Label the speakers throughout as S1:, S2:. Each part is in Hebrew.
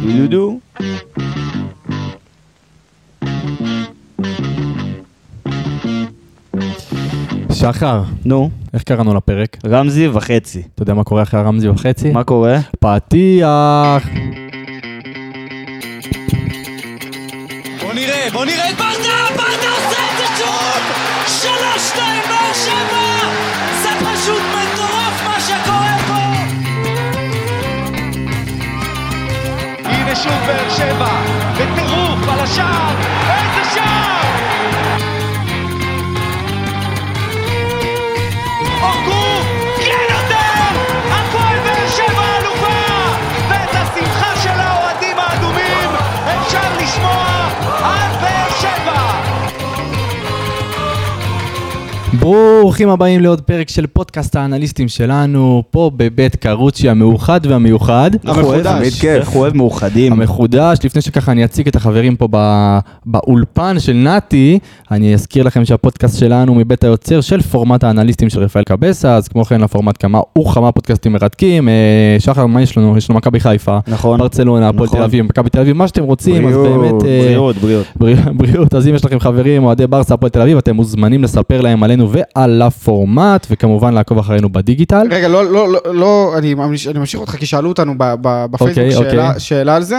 S1: you do?
S2: שחר,
S1: נו,
S2: איך קראנו לפרק?
S1: רמזי וחצי.
S2: אתה יודע מה קורה אחרי הרמזי וחצי?
S1: מה קורה?
S2: אה, פתיח!
S3: בוא נראה, בוא נראה את ברדה, ברדה עושה את זה שוב! שלוש, שתיים, באר שבע! זה פשוט מטורף מה שקורה פה!
S4: הנה שוב באר שבע, בטירוף על השער, איזה שער! הורגו, כן יותר! הפועל באר שבע אלופה! ואת השמחה של האוהדים האדומים אפשר לשמוע עד באר שבע!
S2: ברוכים הבאים לעוד פרק של פודקאסט האנליסטים שלנו, פה בבית קרוצ'י המאוחד והמיוחד.
S1: תמיד כיף. איך אוהב מאוחדים.
S2: אה, המחודש, לפני שככה אני אציג את החברים פה ב- באולפן של נתי, אני אזכיר לכם שהפודקאסט שלנו מבית היוצר של פורמט האנליסטים של רפאל קבסה, אז כמו כן לפורמט כמה וכמה פודקאסטים מרתקים. אה, שחר, מה יש לנו? יש לנו מכבי חיפה,
S1: נכון.
S2: ברצלונה, הפועל
S1: נכון.
S2: תל אביב, מכבי תל אביב, מה שאתם רוצים, אז באמת... אה,
S1: בריאות, בריאות.
S2: בריא- בריאות, אז אם יש לכם חברים, אוהדי ברסה, הפועל תל אביב, אתם מוזמנים לספר להם עלינו ועל הפורמט, וכמובן לעקוב אחרינו בדיגיטל.
S5: רגע, לא, לא, לא, לא אני, ממש- אני ממשיך אותך, כי שאלו אותנו ב- ב- בפייסבוק
S2: אוקיי,
S5: שאלה,
S2: אוקיי.
S5: שאלה על זה,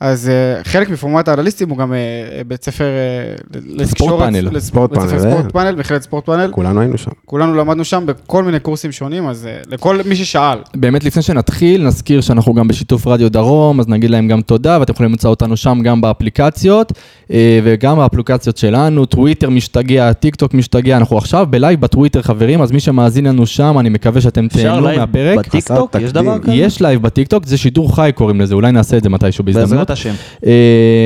S5: אז uh, חלק מפורמט האנליסטים הוא גם uh, בית ספר uh, לתקשורת,
S2: פאנל.
S5: לספורט
S6: ספורט
S5: בית ספר
S6: פאנל,
S5: ספורט
S6: אה.
S5: פאנל, מכללת ספורט פאנל,
S6: כולנו היינו שם.
S5: כולנו למדנו שם בכל מיני קורסים שונים, אז uh, לכל מי ששאל,
S2: באמת, לפני שנתחיל, נזכיר שאנחנו גם בשיתוף רדיו דרום, אז נגיד להם גם תודה, ואתם יכולים למצוא אותנו שם גם באפליקציות, אה, וגם באפליקציות שלנו, טוויטר משתגע, טיק טוק משתגע, אנחנו עכשיו בלייב בטוויטר, חברים, אז מי שמאזין לנו שם, אני מקווה שאתם
S1: אפשר
S2: תהנו
S1: לייב
S2: מהפרק.
S1: בטיקטוק?
S6: חסר
S1: יש דבר
S6: תקדים.
S1: כזה?
S2: יש לייב בטיקטוק, זה שידור חי קוראים לזה, אולי נעשה את זה מתישהו בהזדמנות.
S1: בעזרת השם.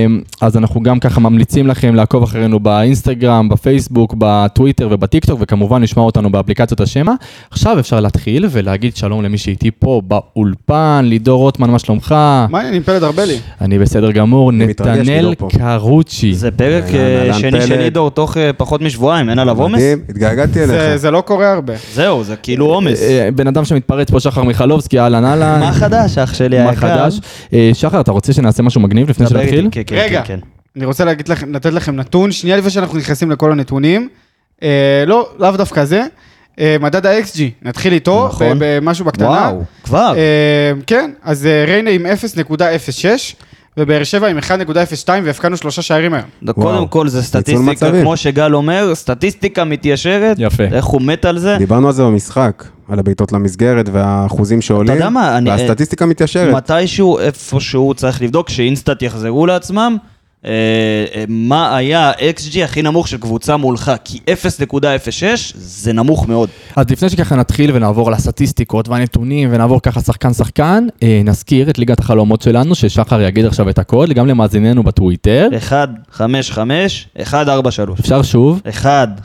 S2: אמ, אז אנחנו גם ככה ממליצים לכם לעקוב אחרינו באינסטגרם, בפייסבוק, בטוויטר ובטיקטוק, וכמובן לשמוע אותנו באפליקציות השמע. עכשיו אפשר להתחיל ולהגיד שלום למי שאיתי פה באולפן, לידור רוטמן, מה שלומך?
S5: מה העניינים פלד ארבלי?
S1: כן,
S2: אני בסדר גמור,
S6: אני מתרגש
S2: נתנאל
S6: לידור פה.
S2: קרוצ'י.
S1: זה פרק
S6: אהלן,
S1: אה,
S6: אהלן,
S1: שני של
S6: פלד.
S1: לידור תוך אה, פחות משבועיים, אין עליו עומס?
S6: מדהים, התגעגעתי
S5: זה,
S1: כן.
S6: אליך.
S5: זה לא קורה הרבה.
S1: זהו, זה כאילו עומס.
S2: אה, בן אדם שמתפרץ פה, שחר מיכלובסקי, אהלן אהלן.
S1: מה חדש, אח שלי
S2: מה
S1: היקר?
S2: חדש? אה, שחר, אתה רוצה שנעשה משהו מגניב לפני
S1: דבר איתי,
S2: שנתחיל?
S1: כן, כן,
S5: רגע.
S1: כן, כן.
S5: אני רוצה להגיד לכם, לתת לכם נתון, שנייה לפני שאנחנו נכנסים לכל הנתונים, אה, לא, לאו דווקא זה, אה, מדד ה-XG, נתחיל איתו,
S1: נכון.
S5: ב- במשהו בקטנה.
S1: וואו, כבר.
S5: אה, כן, אז אה, ריינה עם 0.06, ובאר שבע עם 1.02, והפקענו שלושה שערים היום.
S1: קודם כל זה סטטיסטיקה,
S6: מצבים.
S1: כמו שגל אומר, סטטיסטיקה מתיישרת.
S2: יפה.
S1: איך הוא מת על זה.
S6: דיברנו על זה במשחק, על הבעיטות למסגרת והאחוזים שעולים.
S1: יודע מה, אני-
S6: והסטטיסטיקה מתיישרת.
S1: מתישהו, איפשהו, צריך לבדוק שאינסטאט יחזרו לעצמם. אה, אה, מה היה ה-XG הכי נמוך של קבוצה מולך? כי 0.06 זה נמוך מאוד.
S2: אז לפני שככה נתחיל ונעבור לסטטיסטיקות והנתונים ונעבור ככה שחקן שחקן, אה, נזכיר את ליגת החלומות שלנו, ששחר יגיד עכשיו את הקוד, גם למאזיננו בטוויטר.
S1: אה, 155, 143.
S2: אפשר שוב?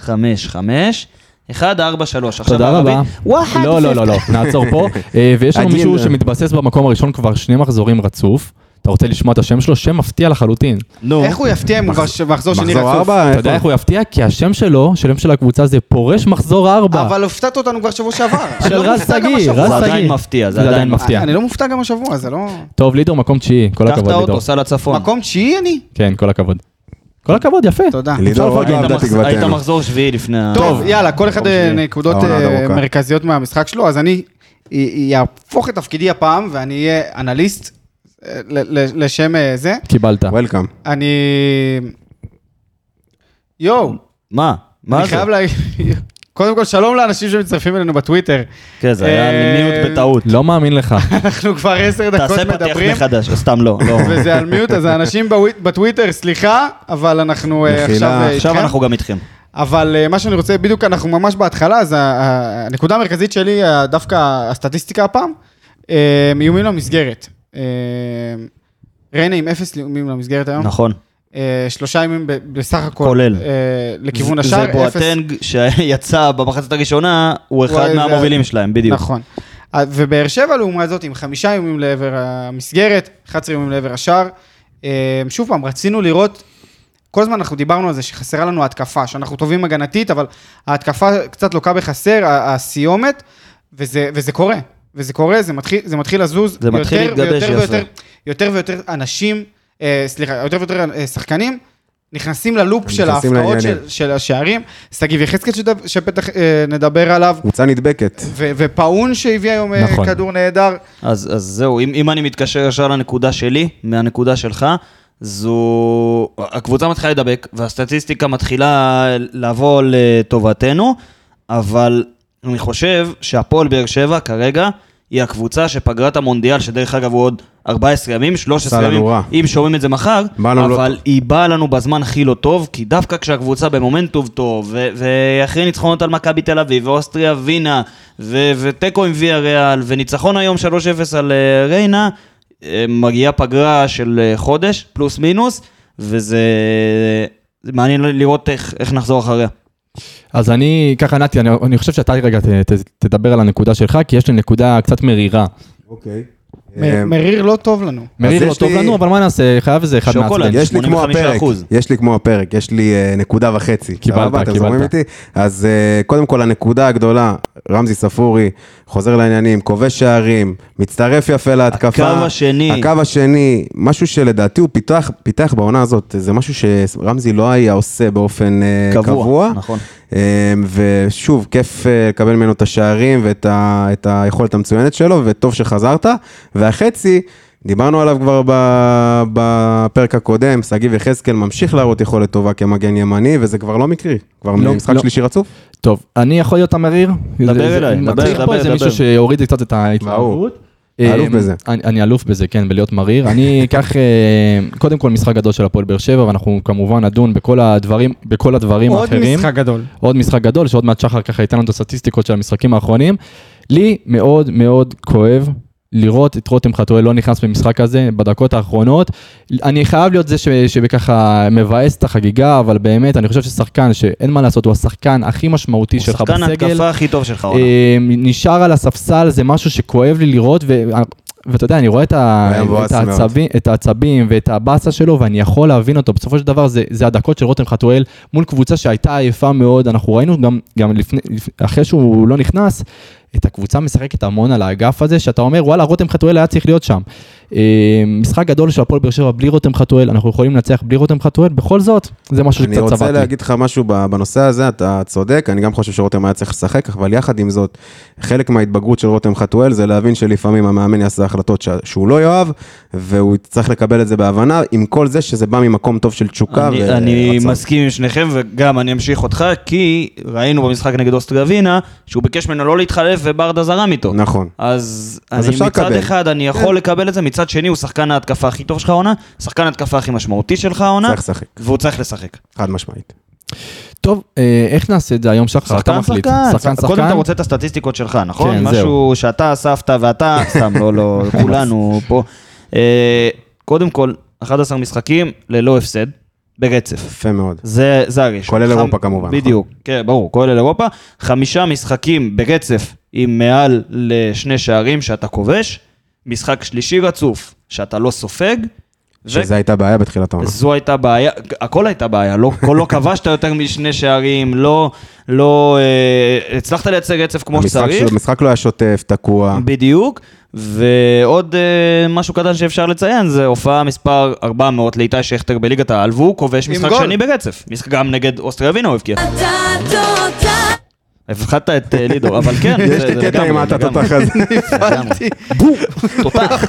S1: 155, 143. עכשיו
S2: תודה
S1: בערבית,
S2: רבה.
S1: וואחד
S2: לא, לא, לא, לא, נעצור פה. אה, ויש לנו
S6: עדיל.
S2: מישהו שמתבסס במקום הראשון כבר שני מחזורים רצוף. אתה רוצה לשמוע את השם שלו? שם מפתיע לחלוטין.
S1: נו,
S5: איך הוא יפתיע אם הוא כבר ש- מחזור שני
S6: מחזור
S5: רצוף?
S6: ארבע,
S2: אתה יודע
S6: איפה?
S2: איך הוא יפתיע? כי השם שלו, שלם של הקבוצה זה פורש מחזור 4.
S5: אבל הופתעת אותנו כבר שבוע שעבר. לא
S2: של
S1: לא
S2: רז שגיא, רז
S1: זה
S2: שגיא.
S1: עדיין מפתיע, זה
S2: זה עדיין
S1: עדיין
S2: מפתיע.
S5: אני לא מופתע גם השבוע, זה לא...
S2: טוב, לידור מקום תשיעי, כל
S1: קח את
S2: הכבוד לידור.
S1: האוטו, סע לצפון.
S5: מקום תשיעי אני?
S2: כן, כל הכבוד. כל הכבוד, יפה.
S5: תודה.
S6: לידור עוד
S2: לפרגן.
S6: לא
S1: היית
S6: עבדה
S1: מח- היית
S6: תקוותנו.
S1: מחזור שביעי לפני ה... לא.
S5: טוב, יאללה, כל אחד אה,
S1: שני.
S5: נקודות
S6: העונה עוד
S5: אה,
S6: ארוכה.
S5: מרכזיות מהמשחק שלו, אז אני י- י- יהפוך את תפקידי הפעם, ואני אהיה אנליסט אה, ל- ל- לשם אה, זה.
S2: קיבלת.
S6: וולקאם.
S5: אני... יואו,
S1: מה? מה
S5: אני
S1: זה?
S5: חייב להגיד... קודם כל, שלום לאנשים שמצטרפים אלינו בטוויטר.
S1: כן, זה היה
S5: אה,
S1: מיוט בטעות.
S2: לא מאמין לך.
S5: אנחנו כבר עשר דקות
S1: תעשה פתח
S5: מדברים,
S1: מחדש, סתם לא, לא.
S5: וזה על מיוט, אז האנשים בווי- בטוויטר, סליחה, אבל אנחנו אה,
S6: מחילה.
S5: עכשיו אה, איתכם.
S1: עכשיו אנחנו גם איתכם.
S5: אבל אה, מה שאני רוצה, בדיוק אנחנו ממש בהתחלה, אז ה- ה- הנקודה המרכזית שלי, אה, דווקא הסטטיסטיקה הפעם, אה, איומים למסגרת. אה, ריינה עם אפס איומים למסגרת היום.
S1: נכון.
S5: אה, שלושה איומים ב- בסך הכל.
S1: כולל.
S5: אה, לכיוון
S1: זה-
S5: השאר,
S1: זה
S5: אפס.
S1: בואטנג שיצא במחצית הראשונה, הוא אחד
S5: וואי, זה-
S1: מהמובילים שלהם, בדיוק.
S5: נכון. אה, ובאר שבע לעומת זאת עם חמישה איומים לעבר המסגרת, 11 איומים לעבר השער. אה, שוב פעם, רצינו לראות, כל הזמן אנחנו דיברנו על זה שחסרה לנו התקפה, שאנחנו טובים הגנתית, אבל ההתקפה קצת לוקה בחסר, ה- הסיומת, וזה, וזה קורה. וזה קורה, זה מתחיל, זה מתחיל לזוז.
S1: זה מתחיל
S5: יותר
S1: להתגבש
S5: ויותר
S1: יפה.
S5: ויותר- יותר ויותר אנשים, אה, סליחה, יותר ויותר אה, שחקנים, נכנסים ללופ של
S6: נכנסים
S5: ההפקעות
S6: לעניינים.
S5: של, של השערים. שגיב יחזקאל שד- שבטח אה, נדבר עליו,
S6: קבוצה נדבקת.
S5: ו- ופאון שהביא היום אה,
S2: נכון.
S5: כדור נהדר.
S1: אז, אז זהו, אם, אם אני מתקשר ישר לנקודה שלי, מהנקודה שלך, זו... הקבוצה מתחילה לדבק, והסטטיסטיקה מתחילה לבוא לטובתנו, אבל אני חושב שהפועל באר שבע כרגע היא הקבוצה שפגרה את המונדיאל, שדרך אגב הוא עוד 14 ימים, 13
S6: עשה לנו
S1: ימים,
S6: רע.
S1: אם שומעים את זה מחר,
S6: בא לנו לא
S1: אבל
S6: טוב.
S1: היא באה לנו בזמן הכי לא טוב, כי דווקא כשהקבוצה במומנטום טוב, ו- ואחרי ניצחונות על מכבי תל אביב, ואוסטריה ווינה, ו- ותיקו עם ויה ריאל, וניצחון היום 3-0 על אה, ריינה, אה, מגיעה פגרה של אה, חודש, פלוס מינוס, וזה זה מעניין לראות איך, איך נחזור אחריה.
S2: אז אני, ככה נתי, אני, אני חושב שאתה רגע ת, ת, תדבר על הנקודה שלך, כי יש לי נקודה קצת מרירה.
S6: אוקיי.
S5: מ- מריר לא טוב לנו.
S2: מריר לא
S6: יש
S2: טוב
S6: לי-
S2: לנו, אבל מה נעשה, חייב איזה אחד
S1: שוקולד.
S2: מעצבן.
S6: יש לי כמו
S1: 85%.
S6: הפרק, יש לי כמו הפרק, יש לי אה, נקודה וחצי.
S2: קיבלת,
S6: סבבה? אתם
S2: קיבלת.
S6: זורמים איתי? אז אה, קודם כל הנקודה הגדולה, רמזי ספורי, חוזר לעניינים, כובש שערים, מצטרף יפה להתקפה.
S1: הקו השני.
S6: הקו השני, משהו שלדעתי הוא פיתח, פיתח בעונה הזאת, זה משהו שרמזי לא היה עושה באופן אה,
S1: קבוע,
S6: קבוע.
S1: נכון.
S6: אמ, ושוב, כיף אה, לקבל ממנו את השערים ואת ה, את היכולת המצוינת שלו, וטוב שחזרת. והחצי, דיברנו עליו כבר ב, בפרק הקודם, שגיב יחזקאל ממשיך להראות יכולת טובה כמגן ימני, וזה כבר לא מקרי. כבר
S2: לא,
S6: משחק
S2: לא.
S6: שלישי רצוף?
S2: טוב, אני יכול להיות המריר?
S1: דבר
S2: זה- זה-
S1: אליי, דבר,
S2: צריך
S1: דבר,
S2: פה איזה
S1: דבר.
S2: מישהו שיוריד לי קצת את ההתלהבות.
S6: אלוף
S2: אה,
S6: בזה.
S2: אני, אני אלוף בזה, כן, בלהיות מריר. אני אקח, אה, קודם כל, משחק גדול של הפועל באר שבע, ואנחנו כמובן נדון בכל הדברים, בכל הדברים
S5: עוד
S2: האחרים.
S5: משחק גדול.
S2: עוד משחק גדול, שעוד מעט שחר ככה ייתן לנו את הסטטיסטיקות של המשחקים האחרונים. לי מאוד מאוד כואב לראות את רותם חתואל לא נכנס במשחק הזה בדקות האחרונות. אני חייב להיות זה ש- שבככה מבאס את החגיגה, אבל באמת, אני חושב ששחקן שאין מה לעשות, הוא השחקן הכי משמעותי
S1: הוא
S2: שלך
S1: שחקן
S2: בסגל.
S1: ההתקפה הכי טוב שלך, עונה.
S2: אה, נשאר על הספסל, זה משהו שכואב לי לראות, ו- ואתה יודע, אני רואה את, ה...
S6: הוא היה מבואס
S2: את, העצבים, את העצבים ואת הבאסה שלו, ואני יכול להבין אותו. בסופו של דבר, זה, זה הדקות של רותם חתואל מול קבוצה שהייתה עייפה מאוד. אנחנו ראינו גם, גם לפני, לפ- אחרי שהוא לא נכנס, את הקבוצה משחקת המון על האגף הזה, שאתה אומר, וואלה, רותם חתואל היה צריך להיות שם. אה, משחק גדול של הפועל באר שבע בלי רותם חתואל, אנחנו יכולים לנצח בלי רותם חתואל, בכל זאת, זה משהו
S6: אני
S2: שקצת צבט
S6: רוצה
S2: לי.
S6: להגיד לך משהו ב- בנושא הזה, אתה צודק, אני גם חושב שרותם היה צריך לשחק, אבל יחד עם זאת, חלק מההתבגרות של רותם חתואל זה להבין שלפעמים המאמן יעשה החלטות ש- שהוא לא יאהב, והוא צריך לקבל את זה בהבנה, עם כל זה שזה בא ממקום טוב של תשוקה
S1: אני,
S6: ורצון.
S1: אני מסכים עם שניכם, וגם אני אמשיך אותך, כי ראינו במשחק נגד אוסטריה ווינה, שהוא ביקש ממנו לא להתחלף וברדה זרם איתו.
S6: נכון.
S1: אז,
S6: אז
S1: אני
S6: אפשר
S1: מצד
S6: לקבל. כן.
S1: אחד אני יכול לקבל את זה, מצד שני הוא שחקן ההתקפה הכי טוב שלך העונה, שחקן ההתקפה הכי משמעותי שלך העונה,
S6: צריך לשחק,
S1: והוא צריך לשחק.
S6: חד משמעית.
S2: טוב, אה, איך נעשה את זה היום, שחר? אתה
S1: שחקן
S2: מחליט.
S1: שחקן, קודם אתה רוצה את הסטטיסטיקות שלך, נכון?
S2: כן,
S1: משהו שאתה אספת ואתה, סתם, לא, לא, כולנו פה. אה, קודם כל, 11 משחקים ללא הפסד, ברצף.
S6: יפה מאוד.
S1: זה, זה הראשון.
S6: כולל אירופה כמובן, נכון?
S1: בדיוק, כן, ברור, כולל אירופה. חמישה משחקים ברצף עם מעל לשני שערים שאתה כובש, משחק שלישי רצוף שאתה לא סופג,
S6: שזו הייתה בעיה בתחילת העונה.
S1: וזו הייתה בעיה, הכל הייתה בעיה, לא, כל- לא כבשת יותר משני שערים, לא, לא אה, הצלחת לייצר רצף כמו
S6: המשחק
S1: שצריך.
S6: שלו- המשחק לא היה שוטף, תקוע.
S1: בדיוק, ועוד אה, משהו קטן שאפשר לציין, זה הופעה מספר 400 לאיתי שכטר בליגת העל, והוא כובש משחק
S5: גול.
S1: שני ברצף. משחק גם נגד אוסטריה ווינה הוא הבקיע. הפחדת את אה, לידו, אבל כן.
S6: יש
S1: זה-
S6: לי
S1: זה
S6: קטע
S1: לגמרי,
S6: עם התותח
S1: לגמרי.
S6: הזה.
S5: הבנתי.
S1: תותח.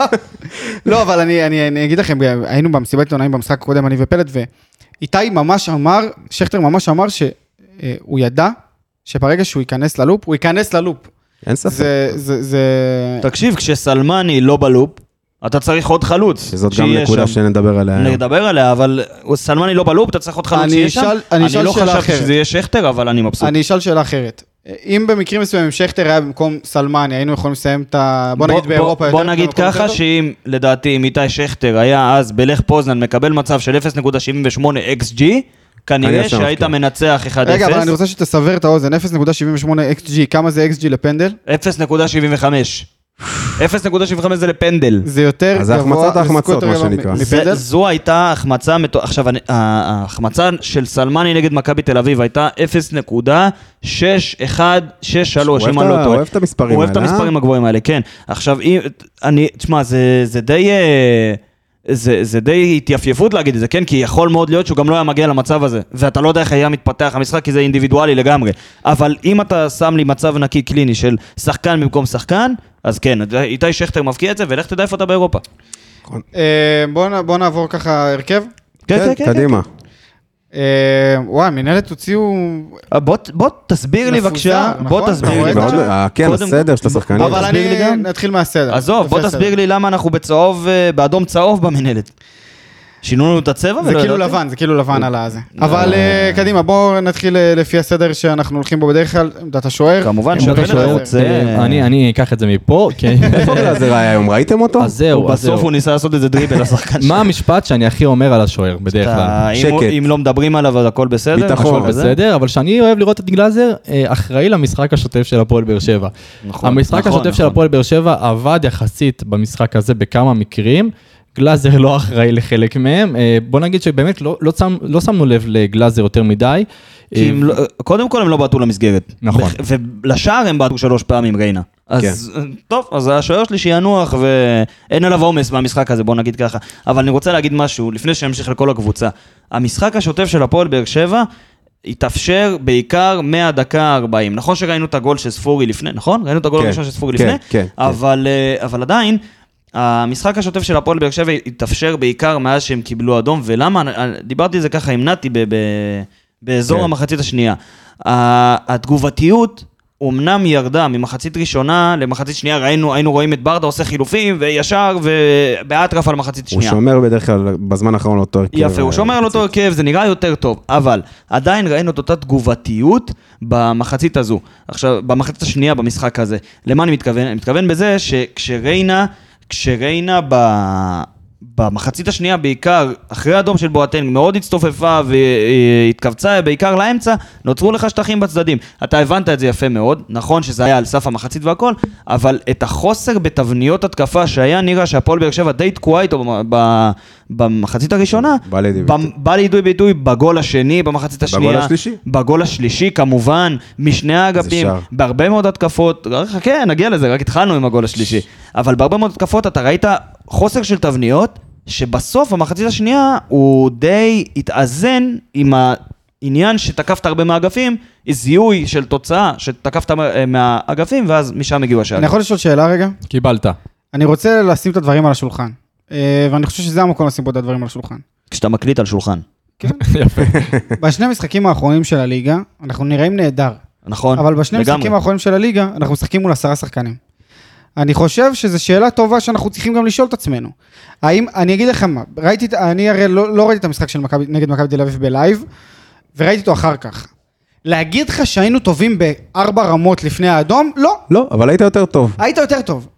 S5: לא, אבל אני, אני, אני אגיד לכם, אה, היינו במסיבת עיתונאים במשחק הקודם, אני ופלד, ואיתי ממש אמר, שכטר ממש אמר שהוא ידע שברגע שהוא ייכנס ללופ, הוא ייכנס ללופ.
S6: אין ספק.
S5: זה, זה, זה...
S1: תקשיב, כשסלמני לא בלופ, אתה צריך עוד חלוץ.
S6: שזאת גם
S1: שיהיה
S6: נקודה
S1: שם.
S6: שנדבר עליה. היום.
S1: נדבר עליה, אבל סלמני לא בלופ, אתה צריך עוד חלוץ
S5: אני
S1: שיהיה שם.
S5: אשאל- אני אשאל
S1: לא
S5: שאלה
S1: חשבתי
S5: אחרת.
S1: שזה יהיה שכטר, אבל אני מבסוט.
S5: אני אשאל שאלה אחרת. אם במקרים מסוימים שכטר היה במקום סלמני, היינו יכולים לסיים את ה... בוא נגיד באירופה יותר
S1: בוא
S5: טוב,
S1: נגיד
S5: במקום יותר
S1: ככה,
S5: טוב?
S1: שאם לדעתי אם איתי שכטר היה אז בלך פוזנן מקבל מצב של 0.78 XG,
S6: היה
S1: כנראה
S6: שם
S1: שהיית
S6: מפקיע.
S1: מנצח 1-0.
S5: רגע, אבל אני רוצה שתסבר את האוזן, 0.78 XG, כמה זה XG לפנדל?
S1: 0.75. 0.75 זה לפנדל.
S5: זה יותר
S6: אז
S5: גבוה.
S6: החמצת
S5: זה
S6: ההחמצות,
S5: יותר
S6: מה
S5: גבוה
S6: שנקרא.
S1: זה-
S5: מפנדל?
S1: זו הייתה החמצה, מטו- עכשיו אני- ה- ההחמצה של סלמני נגד מכבי תל אביב הייתה 0.6163, אם אני לא
S6: אוהב את ה-
S1: טועה.
S6: אוהב את המספרים
S1: הוא אוהב את
S6: האלה, אה?
S1: המספרים הגבוהים האלה, כן. עכשיו, אם- אני, תשמע, זה זה די... אה, זה, זה די התייפייפות להגיד את זה, כן? כי יכול מאוד להיות שהוא גם לא היה מגיע למצב הזה. ואתה לא יודע איך היה מתפתח המשחק, כי זה אינדיבידואלי לגמרי. אבל אם אתה שם לי מצב נקי קליני של שחקן במקום שחקן, אז כן, איתי שכטר מבקיע את זה, ולך תדע איפה אתה באירופה.
S6: כן,
S5: אה, בוא נ- בוא נעבור ככה הרכב.
S1: כן, כן, כן.
S6: קדימה.
S5: אה, וואי, מינהלת הוציאו...
S1: אה, בוא, ת- בוא תסביר לי
S5: מפוזר,
S1: בבקשה,
S5: נכון?
S1: בוא
S5: אתה
S1: תסביר
S5: רואה
S1: לי
S5: את זה?
S1: בבקשה.
S6: אה, כן,
S1: קודם-
S6: הסדר של השחקנים.
S1: בוא,
S5: אבל
S1: אה, תסביר
S5: אני...
S1: לי גם.
S5: נתחיל מהסדר.
S1: עזוב, בוא
S5: לפי
S1: תסביר
S5: הסדר.
S1: לי למה אנחנו בצהוב, אה, באדום צהוב במנהלת. שינו לנו את הצבע?
S5: זה
S1: ולא
S5: כאילו
S1: ידעתי?
S5: לבן, זה כאילו לבן על הזה. אבל אה, קדימה, בואו נתחיל אה, לפי הסדר שאנחנו הולכים בו בדרך כלל, עמדת השוער.
S1: כמובן
S5: עמדת
S1: שהבן
S2: אתה
S1: אדם
S5: השוער.
S2: שואל,
S1: רוצה-
S2: אה, אני אני אקח את זה מפה, כי...
S6: איפה גלאזר היה היום? ראיתם אותו?
S2: אז זהו, אז
S1: בסוף
S2: זהו.
S1: הוא ניסה לעשות איזה דריבל לשחקן
S2: מה המשפט שאני הכי אומר על השוער בדרך כלל?
S1: אתה- אם הוא-
S6: שקט.
S1: אם לא מדברים עליו, אז הכל בסדר?
S6: ביטחון.
S1: הכל
S6: וזה?
S2: בסדר, אבל שאני אוהב לראות את גלאזר אה, אחראי למשחק השוטף של הפועל באר שבע.
S1: נכון,
S2: המשחק
S1: נכון,
S2: השוטף של
S1: נכון.
S2: הפועל באר שבע עבד יחסית במשחק הזה בכמה מקרים. גלאזר לא אחראי לחלק מהם. אה, בוא נגיד שבאמת לא- לא שם- לא שמנו לב לגלאזר יותר מדי.
S1: כי
S2: אה,
S1: הם לא- קודם כל הם לא בעטו למסגרת.
S2: נכון.
S1: בח- ולשער הם בעטו שלוש פעמים, ריינה. אז
S6: כן.
S1: אה, טוב, אז השוער שלי שינוח ואין עליו עומס מהמשחק הזה, בוא נגיד ככה. אבל אני רוצה להגיד משהו, לפני שאמשיך לכל הקבוצה. המשחק השוטף של הפועל באר שבע התאפשר בעיקר מהדקה ה-40. נכון שראינו את הגול של ספורי לפני, נכון? ראינו את הגול
S6: כן,
S1: הראשון של ספורי
S6: כן,
S1: לפני?
S6: כן, כן.
S1: אבל, אה, אבל עדיין, המשחק השוטף של הפועל באר שבע התאפשר בעיקר מאז שהם קיבלו אדום, ולמה? אני- דיברתי על זה ככה עם נתי ב- ב- באזור
S6: כן.
S1: המחצית השנייה. ה- התגובתיות אומנם ירדה ממחצית ראשונה למחצית שנייה, ראינו, היינו רואים את ברדה עושה חילופים, וישר, ובאטרף על מחצית
S6: הוא
S1: שנייה.
S6: שומר כן, בדרך כלל בזמן האחרון אותו הרכב. אה,
S1: יפה, הוא שומר על אותו הרכב, זה נראה יותר טוב, אבל עדיין ראינו את אותה תגובתיות במחצית הזו. עכשיו, במחצית השנייה במשחק הזה. למה אני מתכוון? אני מתכוון בזה שכשריינה, כשריינה ב... במחצית השנייה בעיקר, אחרי האדום של בואטנג, מאוד הצטופפה והתכווצה בעיקר לאמצע, נוצרו לך שטחים בצדדים. אתה הבנת את זה יפה מאוד, נכון שזה היה על סף המחצית והכל, אבל את החוסר בתבניות התקפה שהיה נראה שהפועל באר שבע די תקועה איתו במ- ב- במחצית הראשונה,
S6: בא לידי
S1: במ-
S6: ביטוי.
S1: בא לידי ביטוי בגול השני, במחצית השנייה.
S6: השלישי.
S1: בגול השלישי, כמובן, משני האגפים,
S6: שער.
S1: בהרבה מאוד התקפות, רק חכה, נגיע לזה, רק התחלנו עם הגול השלישי. אבל בהרבה מאוד התקפות אתה ראית חוסר של תבניות, שבסוף, המחצית השנייה, הוא די התאזן עם העניין שתקפת הרבה מהאגפים, זיהוי של תוצאה שתקפת אה, מהאגפים, ואז משם הגיעו השערים.
S5: אני יכול לשאול שאלה רגע?
S1: לא-
S2: קיבלת.
S5: אני רוצה לשים את הדברים על השולחן. אה, ואני חושב שזה המקום לשים פה את הדברים על השולחן.
S1: כשאתה מקליט על שולחן, כן.
S2: יפה.
S5: בשני המשחקים האחרונים של הליגה, אנחנו נראים נהדר.
S1: נכון?
S5: אבל בשני
S1: לגמרי.
S5: המשחקים האחרונים של הליגה, אנחנו משחקים מול עשרה שחקנים. אני חושב שזו שאלה טובה שאנחנו צריכים גם לשאול את עצמנו. האם, אני אגיד לך מה, ראיתי, את- אני הרי לא, לא ראיתי את המשחק של מכבי, נגד מכבי תל אביב בלייב, וראיתי אותו אחר כך. להגיד לך שהיינו טובים בארבע רמות לפני האדום? לא.
S6: לא, אבל היית יותר טוב.
S5: היית יותר טוב.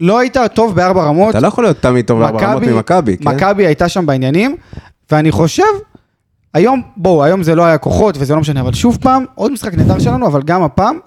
S5: לא היית טוב בארבע רמות.
S6: אתה לא יכול להיות תמיד טוב בארבע רמות ממכבי, כן?
S5: אה, מכבי הייתה שם בעניינים, ואני חושב, היום, בואו, היום זה לא היה כוחות וזה לא משנה, אבל שוב פעם, עוד משחק נהדר שלנו, אבל גם הפעם,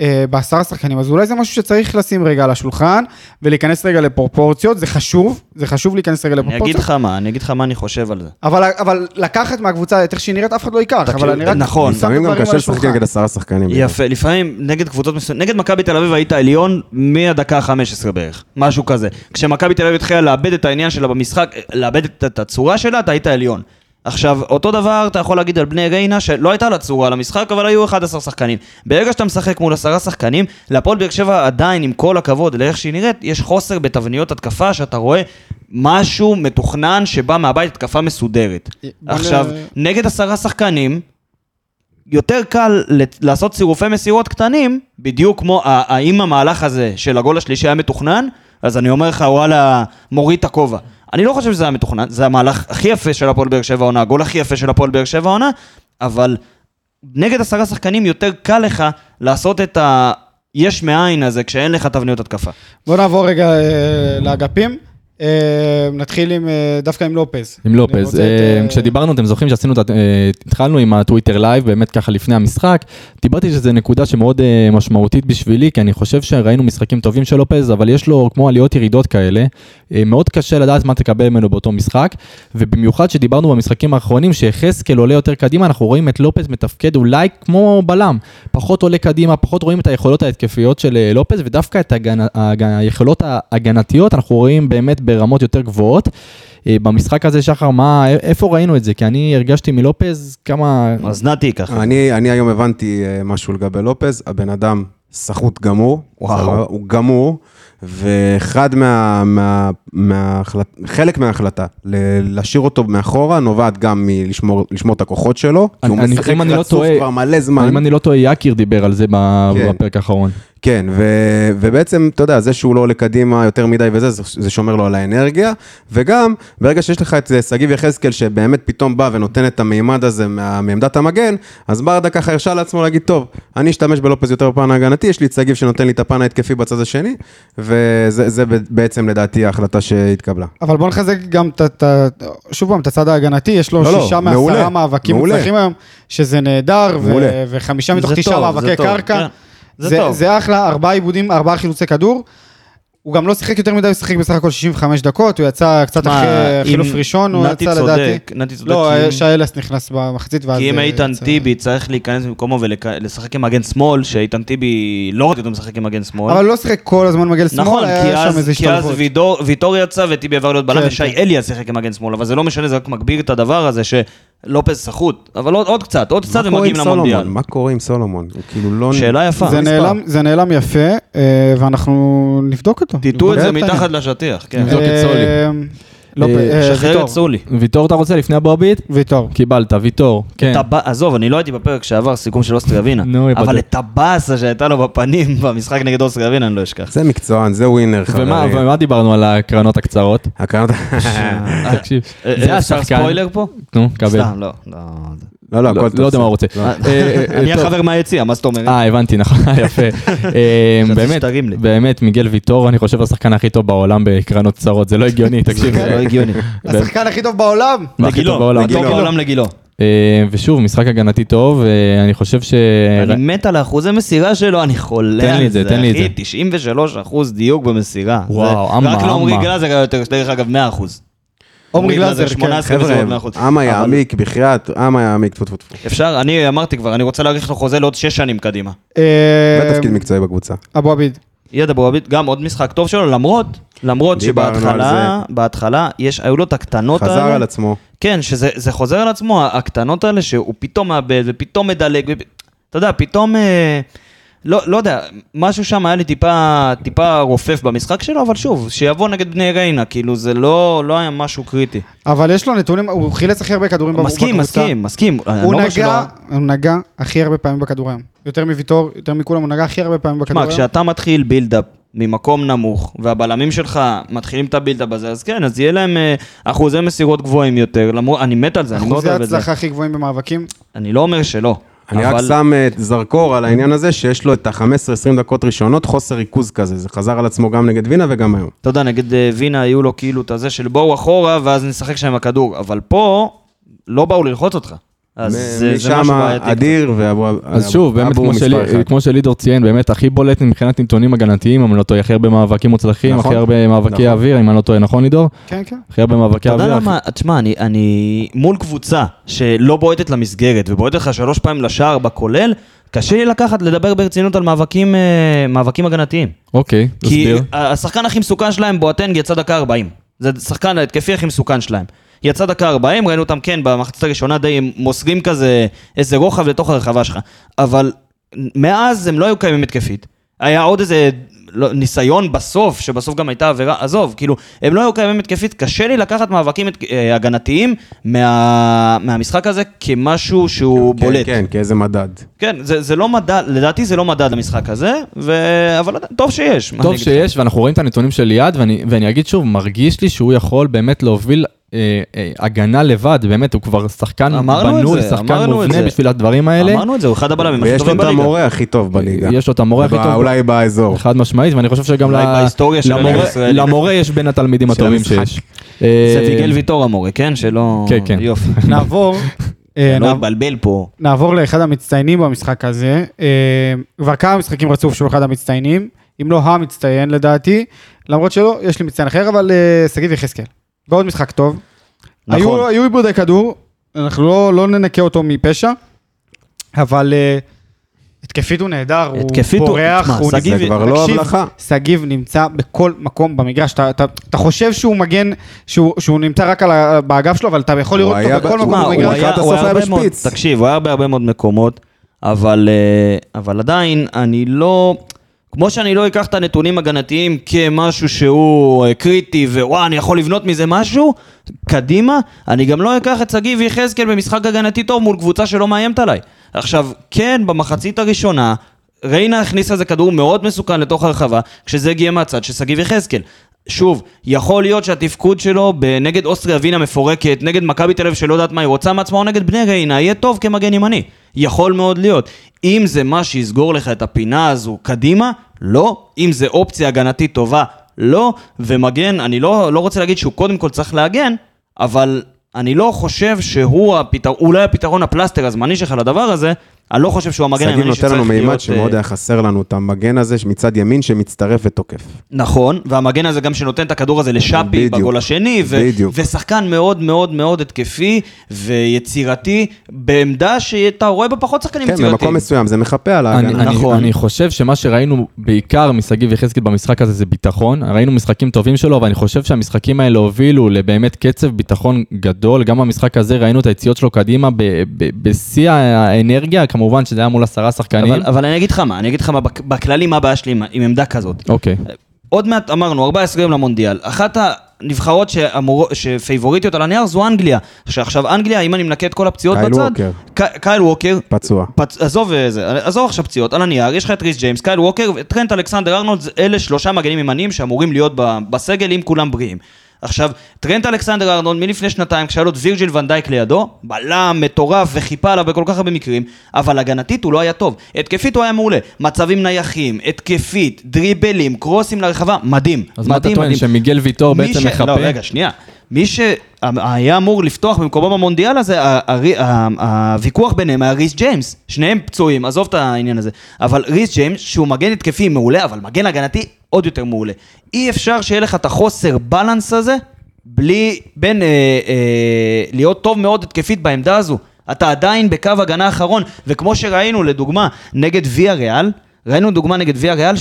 S5: אה, בעשרה שחקנים, אז אולי זה משהו שצריך לשים רגע על השולחן, ולהיכנס רגע לפרופורציות, זה חשוב, זה חשוב להיכנס רגע
S1: אני אגיד
S5: לפרופורציות,
S1: לך מה, אני אגיד לך מה אני חושב על זה.
S5: אבל, אבל לקחת מהקבוצה את איך שהיא נראית, אף אחד לא ייקח, אבל
S1: תקשיב,
S5: אני רק...
S1: נכון.
S5: שם את
S6: לפעמים גם
S5: הדברים על
S6: קשה לשחק
S5: השולחן.
S6: נגד עשרה שחקנים.
S1: יפה, לפעמים נגד קבוצות מסוימות, נגד מכבי תל אביב היית עליון מהדקה ה-15 בערך, משהו כזה. כשמכבי תל אביב התחילה לאבד את העניין שלה במשחק, לאבד את, את הצורה שלה, אתה היית עליון. עכשיו, אותו דבר אתה יכול להגיד על בני ריינה, שלא הייתה לה צורה למשחק, אבל היו 11 שחקנים. ברגע שאתה משחק מול עשרה שחקנים, להפועל באר שבע עדיין, עם כל הכבוד לאיך שהיא נראית, יש חוסר בתבניות התקפה, שאתה רואה משהו מתוכנן שבא מהבית, התקפה מסודרת.
S5: בוא נ-
S1: עכשיו, נגד עשרה שחקנים, יותר קל לת- לעשות צירופי מסירות קטנים, בדיוק כמו, ה- האם המהלך הזה של הגול השלישי היה מתוכנן, אז אני אומר לך, וואלה, מוריד את הכובע. אני לא חושב שזה היה מתוכנן, זה המהלך הכי יפה של הפועל באר שבע העונה, הגול הכי יפה של הפועל באר שבע העונה, אבל נגד עשרה שחקנים יותר קל לך לעשות את ה... יש מאין הזה כשאין לך תבניות התקפה.
S5: בוא נעבור רגע אה, לאגפים. אה, נתחיל עם, אה, דווקא עם לופז.
S2: עם
S5: אני
S2: לופז.
S5: רוצה את,
S2: אה,
S5: אה,
S2: כשדיברנו, אתם זוכרים שעשינו את ה... אה, התחלנו עם הטוויטר לייב, באמת ככה לפני המשחק. דיברתי שזו נקודה שמאוד אה, משמעותית בשבילי, כי אני חושב שראינו משחקים טובים של לופז, אבל יש לו כמו עליות ירידות כאלה. אה, מאוד קשה לדעת מה תקבל ממנו באותו משחק, ובמיוחד שדיברנו במשחקים האחרונים, שיחזקאל עולה יותר קדימה, אנחנו רואים את לופז מתפקד אולי כמו בלם. פחות עולה קדימה, פחות רואים את היכולות ההתקפיות של אה, לופז, ודווקא את הגנ... הגנ... היכולות ההגנתיות אנחנו רואים באמת ברמות יותר גבוהות. אה, במשחק הזה, שחר, מה, איפה ראינו את זה? כי אני הרגשתי מלופז כמה...
S1: אז נתי ככה.
S6: אני, אני היום הבנתי אה, משהו לגבי לופז, הבן אדם סחוט גמור,
S1: וואו.
S6: סבבה? הוא גמור, ואחד מה... מה, מההחלט, חלק מההחלטה, ל- להשאיר אותו מאחורה, נובעת גם מלשמור לשמור את הכוחות שלו, כי הוא
S2: אני-
S6: משחק
S2: אם אני לא
S6: רצוף
S2: טועה-
S6: כבר מלא זמן.
S2: אם אני לא טועה, יקיר דיבר על זה ב-
S6: כן.
S2: בפרק האחרון.
S6: כן, ו, ובעצם, אתה יודע, זה שהוא לא עולה קדימה יותר מדי וזה, זה, זה שומר לו על האנרגיה, וגם, ברגע שיש לך את אה, שגיב יחזקאל, שבאמת פתאום בא ונותן את המימד הזה מה, מעמדת המגן, אז ברדה ככה הרשה לעצמו להגיד, טוב, אני אשתמש בלופז יותר בפן ההגנתי, יש לי את שגיב שנותן לי את הפן ההתקפי בצד השני, וזה זה ב- בעצם לדעתי ההחלטה שהתקבלה.
S5: אבל בוא נחזק גם את ה- את ה... שוב פעם, את הצד ההגנתי, יש לו
S6: לא, לא,
S5: שישה
S6: מעולה,
S5: מעשרה מאבקים
S6: מעולה.
S5: מוצלחים היום, שזה נהדר, ו-
S6: מעולה.
S5: וחמישה מתוך
S1: זה
S5: תשעה
S1: טוב,
S5: מאבקי
S1: זה טוב,
S5: קרקע.
S1: כן. זה טוב.
S5: זה אחלה, ארבעה עיבודים, ארבעה חילוצי כדור. הוא גם לא שיחק יותר מדי, הוא שיחק בסך הכל 65 דקות, הוא יצא קצת
S1: מה,
S5: אחרי
S1: אם
S5: חילוף ראשון, הוא
S1: נתי
S5: יצא
S1: צודק,
S5: לדעתי.
S1: נתי צודק,
S5: לא,
S1: כי אם-
S5: שי אלס נכנס במחצית, ואז...
S1: כי אם
S5: אה,
S1: איתן
S5: יצא.
S1: טיבי צריך להיכנס במקומו ולשחק עם מגן שמאל, שאיתן טיבי לא ראיתי אותו משחק עם מגן שמאל.
S5: אבל לא שיחק כל הזמן מגן שמאל,
S1: נכון, כי
S5: היה שם
S1: אז,
S5: איזה
S1: כי אז
S5: השתלבות.
S1: וידור, ויטור יצא וטיבי עבר להיות בלם
S5: כן,
S1: ושי
S5: כן.
S1: אליה שיחק עם מגן שמאל, אבל זה לא משנה, זה רק מגביר את הדבר הזה שלופז סחוט, אבל עוד, עוד קצת, עוד קצת
S6: מה קורה
S1: ומגיעים
S6: עם
S1: למונדיאל.
S6: סולומון? מה קורה עם סולומון? הוא כאילו לא...
S1: שאלה יפה.
S5: זה
S1: מספר.
S5: נעלם- זה נעלם יפה, אה, ואנחנו נבדוק אותו.
S1: טיטו את
S6: בטח.
S1: זה מתחת לשטיח, כן.
S2: נבדוק את סולי.
S5: אה, לא,
S2: אה,
S5: אה,
S1: שחרר
S5: ויטור.
S1: את סולי.
S2: ויטור, אתה רוצה לפני הבועביט?
S5: ויטור.
S2: קיבלת, ויטור. כן.
S1: טב- עזוב, אני לא הייתי בפרק שעבר סיכום של אוסטריה ווינה,
S2: נו,
S1: אבל
S2: יבדוק.
S1: את הבאסה שהייתה לו בפנים במשחק נגד אוסטריה ווינה אני לא אשכח.
S6: זה מקצוען, זה ווינר, חברים.
S2: ומה ומה דיברנו על הקרנות הקצרות?
S6: הקרנות...
S2: תקשיב,
S1: אה,
S2: זה
S1: אה, אפשר
S2: השחקן.
S1: ספוילר פה?
S2: נו, קבל.
S1: סתם, לא. לא.
S6: לא, לא, הכל
S2: לא
S6: טוב.
S2: לא יודע מה הוא רוצה.
S6: לא.
S2: אה, אה, אה,
S1: אני
S2: טוב.
S1: החבר מהיציע, מה זאת אומרת?
S2: אה, הבנתי, נכון, יפה. אה,
S1: חשבתי
S2: באמת,
S1: שתרים לי.
S2: באמת, מיגל ויטור, אני חושב, השחקן הכי טוב בעולם בקרנות קצרות, זה לא הגיוני, תקשיב.
S1: זה לא הגיוני.
S5: השחקן הכי טוב בעולם.
S2: והכי טוב
S1: לגילו,
S2: בעולם.
S1: לגילו.
S6: לגילו.
S1: בעולם לגילו.
S2: אה, ושוב, משחק הגנתי טוב, אה, אני חושב ש...
S1: אני מת על האחוזי מסירה שלו, אני חולה
S2: תן לי
S1: על
S2: את זה, תן לי את
S1: אחי,
S2: זה.
S1: 93 אחוז דיוק במסירה. זה-
S2: וואו, אמה,
S1: רק לא עמרי
S2: אמה.
S1: גלאזר היה יותר, דרך אגב, 100 אחוז.
S5: עומרי גלאזר, כן.
S1: 18
S6: חבר'ה,
S1: מסירות 100 אחוז.
S6: אמה
S1: אבל
S6: יעמיק, בחייאת, אמה יעמיק, טפו טפו טפו.
S1: אפשר, אני אמרתי כבר, אני רוצה להאריך לו חוזה לעוד 6 שנים קדימה.
S5: אה,
S6: זה תפקיד מקצועי בקבוצה.
S5: אבו עביד.
S1: ידע בוביט, גם עוד משחק טוב שלו, למרות, למרות
S6: דיברנו
S1: שבהתחלה,
S6: על
S1: בהתחלה, יש, היו לו את הקטנות האלה.
S6: חזר על עצמו.
S1: כן, שזה זה חוזר על עצמו, הקטנות האלה שהוא פתאום מאבד ופתאום מדלג, ופ... אתה יודע, פתאום, אה, לא, לא יודע, משהו שם היה לי טיפה, טיפה רופף במשחק שלו, אבל שוב, שיבוא נגד בני ריינה, כאילו זה לא, לא היה משהו קריטי.
S5: אבל יש לו נתונים, הוא חילץ הכי הרבה כדורים בקבוצה.
S1: מסכים, מסכים, מסכים. אני
S5: הוא
S1: לא אומר
S5: נגע,
S1: שלא-
S5: הוא נגע הכי הרבה פעמים בכדור היום. יותר מוויטור, יותר מכולם, הוא נגע הכי הרבה פעמים
S1: תשמע,
S5: בכדור היום.
S1: כשאתה מתחיל בילדאפ ממקום נמוך, והבלמים שלך מתחילים את הבילדאפ הזה, אז כן, אז יהיה להם אה, אחוזי מסירות גבוהים יותר, למרות, אני מת על זה, אני מאוד
S5: אחוזי
S1: אוהב את זה.
S5: ההצלחה הכי גבוהים במאבקים.
S1: אני לא אומר שלא.
S6: אני רק
S1: אבל-
S6: שם אה, זרקור על העניין הזה שיש לו את ה-15-20 דקות ראשונות, חוסר ריכוז כזה. זה חזר על עצמו גם נגד וינה וגם היום.
S1: אתה יודע, נגד אה, וינה היו לו כאילו את הזה של בואו אחורה, ואז נשחק שם עם הכדור, אבל פה לא באו ללחוץ אותך. אז
S6: מ-
S1: זה- זה משהו
S6: משם
S1: בעייתי.
S6: אדיר ואבו...
S2: אז שוב, באמת,
S6: אבו
S2: כמו
S6: מספר
S2: שלי- אה,
S6: אחד.
S2: כמו שלידור ציין, באמת, הכי בולט מבחינת נתונים הגנתיים, אם אני לא טועה, הכי הרבה מאבקים מוצלחים,
S6: נכון.
S2: הכי הרבה מאבקי
S6: נכון.
S2: אוויר, אם אני לא טועה, נכון, לידור?
S5: כן, כן.
S2: הכי הרבה מאבקי
S1: אתה יודע
S2: אוויר. הכי-
S1: למה, תשמע, אני, אני מול קבוצה שלא בועטת למסגרת ובועטת לך שלוש פעמים לשער בכולל, קשה לי לקחת, לדבר ברצינות על מאבקים, אה, מאבקים הגנתיים.
S2: אוקיי,
S1: כי
S2: תסביר.
S1: השחקן הכי מסוכן שלהם, בואטנג, יצא דקה 40. זה השחקן ההתקפי הכי מסוכן שלהם. יצא דקה 40, ראינו אותם, כן, במחצית הראשונה די מוסרים כזה איזה רוחב לתוך הרחבה שלך. אבל מאז הם לא היו קיימים התקפית. היה עוד איזה לא, ניסיון בסוף, שבסוף גם הייתה עבירה, עזוב, כאילו, הם לא היו קיימים התקפית, קשה לי לקחת מאבקים התק... אה, הגנתיים מה... מהמשחק הזה כמשהו שהוא
S6: כן,
S1: בולט.
S6: כן, כאיזה מדד.
S1: כן, זה, זה לא מדד, לדעתי זה לא מדד למשחק הזה, ו... אבל טוב שיש. מה אני
S2: טוב
S1: אגיד לך?
S2: שיש, ואנחנו רואים את הנתונים של ליעד, ואני, ואני אגיד שוב, מרגיש לי שהוא יכול באמת להוביל אה, אה, הגנה לבד, באמת, הוא כבר שחקן
S1: אמרנו את
S2: בנוי,
S1: זה,
S2: שחקן
S1: אמרנו את
S2: מובנה
S1: זה.
S2: בשביל הדברים האלה.
S1: אמרנו את זה, הוא אחד הבלמים הכי
S6: ויש לו
S1: טובים
S6: את
S1: בליגה.
S6: המורה הכי טוב בליגה.
S2: יש לו את המורה הכי
S6: ב-
S2: טוב.
S6: אולי באזור.
S2: חד משמעית, ואני חושב שגם
S1: אולי
S2: ל-
S1: בהיסטוריה של
S2: למורה-
S1: הליגה הישראלית.
S2: למורה יש בין התלמידים
S6: של
S2: הטובים
S6: המשחק.
S2: שיש. אה,
S1: זה ויגל ויטור המורה, כן? שלא...
S2: כן, כן.
S1: יופי.
S5: נעבור,
S6: כן,
S5: אה,
S1: לא
S5: נעב-
S1: התבלבל פה.
S5: נעבור לאחד המצטיינים במשחק הזה. אה, כבר כמה משחקים רצוף שהוא אחד המצטיינים, אם לא המצטיין לדעתי, למרות שלא, יש לי מצטיין אחר, אבל אה, שגיב יחזקאל. בעוד משחק טוב.
S1: נכון.
S5: היו- היו עיבודי כדור, אנחנו לא- לא ננקה אותו מפשע, אבל אה, התקפית הוא נהדר,
S1: התקפית
S5: הוא
S1: הוא-
S5: בורח,
S1: מה,
S5: הוא
S1: שגיב-
S6: זה כבר לא
S5: תקשיב,
S6: הבלחה.
S5: שגיב נמצא בכל מקום במגרש, אתה, אתה, אתה חושב שהוא מגן, שהוא, שהוא נמצא רק על ה, באגף שלו, אבל אתה יכול
S6: הוא
S5: לראות
S6: היה
S5: אותו בכל
S6: ב-
S5: מקום
S6: מה,
S1: הוא
S6: הוא
S5: במגרש.
S6: לקראת הסוף
S1: היה
S6: היה
S1: הרבה מאוד-
S6: בשפיץ.
S1: תקשיב, הוא היה בהרבה מאוד מקומות, אבל אה, אבל עדיין, אני לא... כמו שאני לא אקח את הנתונים הגנתיים כמשהו שהוא אה, קריטי ווואו, אני יכול לבנות מזה משהו, קדימה, אני גם לא אקח את שגיב יחזקאל במשחק הגנתי טוב מול קבוצה שלא מאיימת עליי. עכשיו, כן, במחצית הראשונה, ריינה הכניס איזה כדור מאוד מסוכן לתוך הרחבה, כשזה הגיע מהצד של שגיב יחזקאל. שוב, יכול להיות שהתפקוד שלו נגד אוסטריה ווינה מפורקת, נגד מכבי תל אביב שלא יודעת מה היא רוצה מעצמה, או נגד בני ריינה, יהיה טוב כמגן ימני. יכול מאוד להיות. אם זה מה שיסגור לך את הפינה הזו קדימה, לא. אם זה אופציה הגנתית טובה, לא. ומגן, אני לא, לא רוצה להגיד שהוא קודם כל צריך להגן, אבל אני לא חושב שהוא הפתרון, אולי הפתרון הפלסטר הזמני שלך לדבר הזה, אני לא חושב שהוא המגן
S6: שגיב
S1: הימני
S6: נותן
S1: שצריך
S6: לנו
S1: להיות...
S6: מימד
S1: אה,
S6: שמאוד היה חסר לנו, את המגן הזה מצד ימין שמצטרף ותוקף.
S1: נכון, והמגן הזה גם שנותן את הכדור הזה לשאפי
S6: בדיוק.
S1: בגול השני, ו-
S6: בדיוק.
S1: ושחקן מאוד מאוד מאוד התקפי ויצירתי, בעמדה שאתה רואה בה פחות שחקנים
S6: כן,
S1: יצירתיים.
S6: במקום מסוים זה מחפה על
S2: אני,
S6: ההגנה.
S2: אני,
S1: אוקיי. נכון.
S2: אני חושב שמה שראינו בעיקר משגיב יחזקאל במשחק הזה זה ביטחון. ראינו משחקים טובים שלו, אבל אני חושב שהמשחקים האלה הובילו לבאמת קצב ביטחון גדול. גם במשחק הזה ראינו את היציאות שלו קדימה ב- ב- בשיא האנרגיה, כמובן שזה היה מול עשרה שחקנים.
S1: אבל, אבל אני אגיד לך מה, אני אגיד לך מה, בק- בכללי מה הבעיה שלי עם, עם עמדה כזאת.
S2: אוקיי.
S1: עוד מעט אמרנו, 14 יום למונדיאל. אחת הנבחרות שאמור, שפייבוריטיות על הנייר זו אנגליה. שעכשיו אנגליה, אם אני מנקה את כל הפציעות
S6: קייל
S1: בצד...
S6: ווקר.
S1: ק- קייל ווקר.
S6: פצוע.
S1: פצ... עזוב אה, זה, עזוב עכשיו פציעות, על הנייר, יש לך את ריס ג'יימס, קייל ווקר, טרנט אלכסנדר ארנולד, זה- אלה שלושה מגנים ימניים שאמורים להיות ב... בסגל אם כולם בריאים. עכשיו, טרנט אלכסנדר ארנולד מלפני שנתיים, כשהיה לו את וירג'יל ונדייק לידו, בלם מטורף וחיפה עליו בכל כך הרבה מקרים, אבל הגנתית הוא לא היה טוב. התקפית הוא היה מעולה, מצבים נייחים, התקפית, דריבלים, קרוסים לרחבה, מדהים.
S2: אז מה אתה
S1: מדהים,
S2: טוען,
S1: מדהים.
S2: שמיגל ויטור
S1: מי
S2: בעצם
S1: ש-
S2: מחפה?
S1: לא, רגע, שנייה. מי שהיה אמור לפתוח במקומו במונדיאל הזה, ה- ה- ה- הוויכוח ביניהם היה ריס ג'יימס. שניהם פצועים, עזוב את העניין הזה. אבל ריס ג'יימס, שהוא מגן התקפי מעולה, אבל מגן הגנתי עוד יותר מעולה. אי אפשר שיהיה לך את החוסר בלנס הזה, בלי, בין אה, אה, להיות טוב מאוד התקפית בעמדה הזו. אתה עדיין בקו הגנה אחרון, וכמו שראינו, לדוגמה, נגד ויה ריאל, ראינו דוגמה נגד ויה ריאל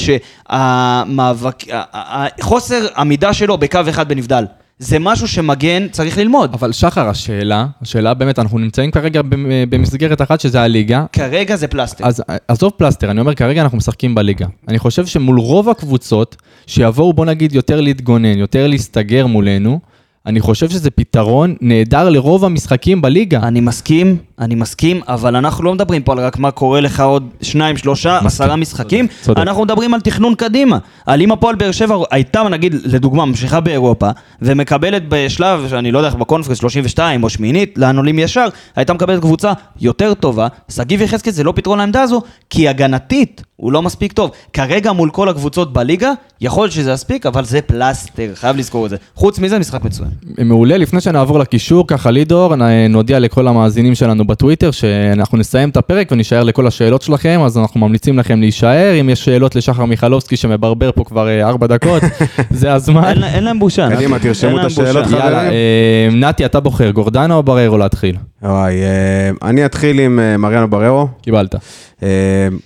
S1: שהמאבק, ה- ה- ה- חוסר עמידה שלו בקו אחד בנבדל. זה משהו שמגן צריך ללמוד.
S2: אבל שחר, השאלה, השאלה באמת, אנחנו נמצאים כרגע במ- במסגרת אחת שזה הליגה.
S1: כרגע זה פלסטר.
S2: אז עזוב פלסטר, אני אומר, כרגע אנחנו משחקים בליגה. אני חושב שמול רוב הקבוצות, שיבואו, בוא נגיד, יותר להתגונן, יותר להסתגר מולנו, אני חושב שזה פתרון נהדר לרוב המשחקים בליגה.
S1: אני מסכים, אני מסכים, אבל אנחנו לא מדברים פה על רק מה קורה לך עוד שניים, שלושה, עשרה משחקים.
S2: צודק.
S1: אנחנו מדברים על תכנון קדימה. על אם הפועל באר שבע הייתה, נגיד, לדוגמה, ממשיכה באירופה, ומקבלת בשלב, אני לא יודע איך בקונפרנס 32 או שמינית, לענולים ישר, הייתה מקבלת קבוצה יותר טובה. שגיב יחזקאל זה לא פתרון לעמדה הזו, כי הגנתית הוא לא מספיק טוב. כרגע מול כל הקבוצות בליגה, יכול להיות שזה יספיק, אבל זה פלסטר, חייב לזכור את זה. חוץ מזה, משחק מצוין.
S2: מעולה, לפני שנעבור לקישור, ככה לידור, נ- נודיע לכל המאזינים שלנו בטוויטר שאנחנו נסיים את הפרק ונשאר לכל השאלות שלכם, אז אנחנו ממליצים לכם להישאר. אם יש שאלות לשחר מיכלובסקי שמברבר פה כבר אה, ארבע דקות, זה הזמן.
S1: אין לה- אין להם בושה.
S6: קדימה, תרשמו
S1: אין
S6: את
S1: להם בושה.
S6: השאלות, חברים.
S2: יאללה, אה, נתי, אתה בוחר, גורדנה או בררו להתחיל?
S6: וואי, אה, אני אתחיל עם אה, מריאנו בררו.
S2: קיבלת.
S6: אה,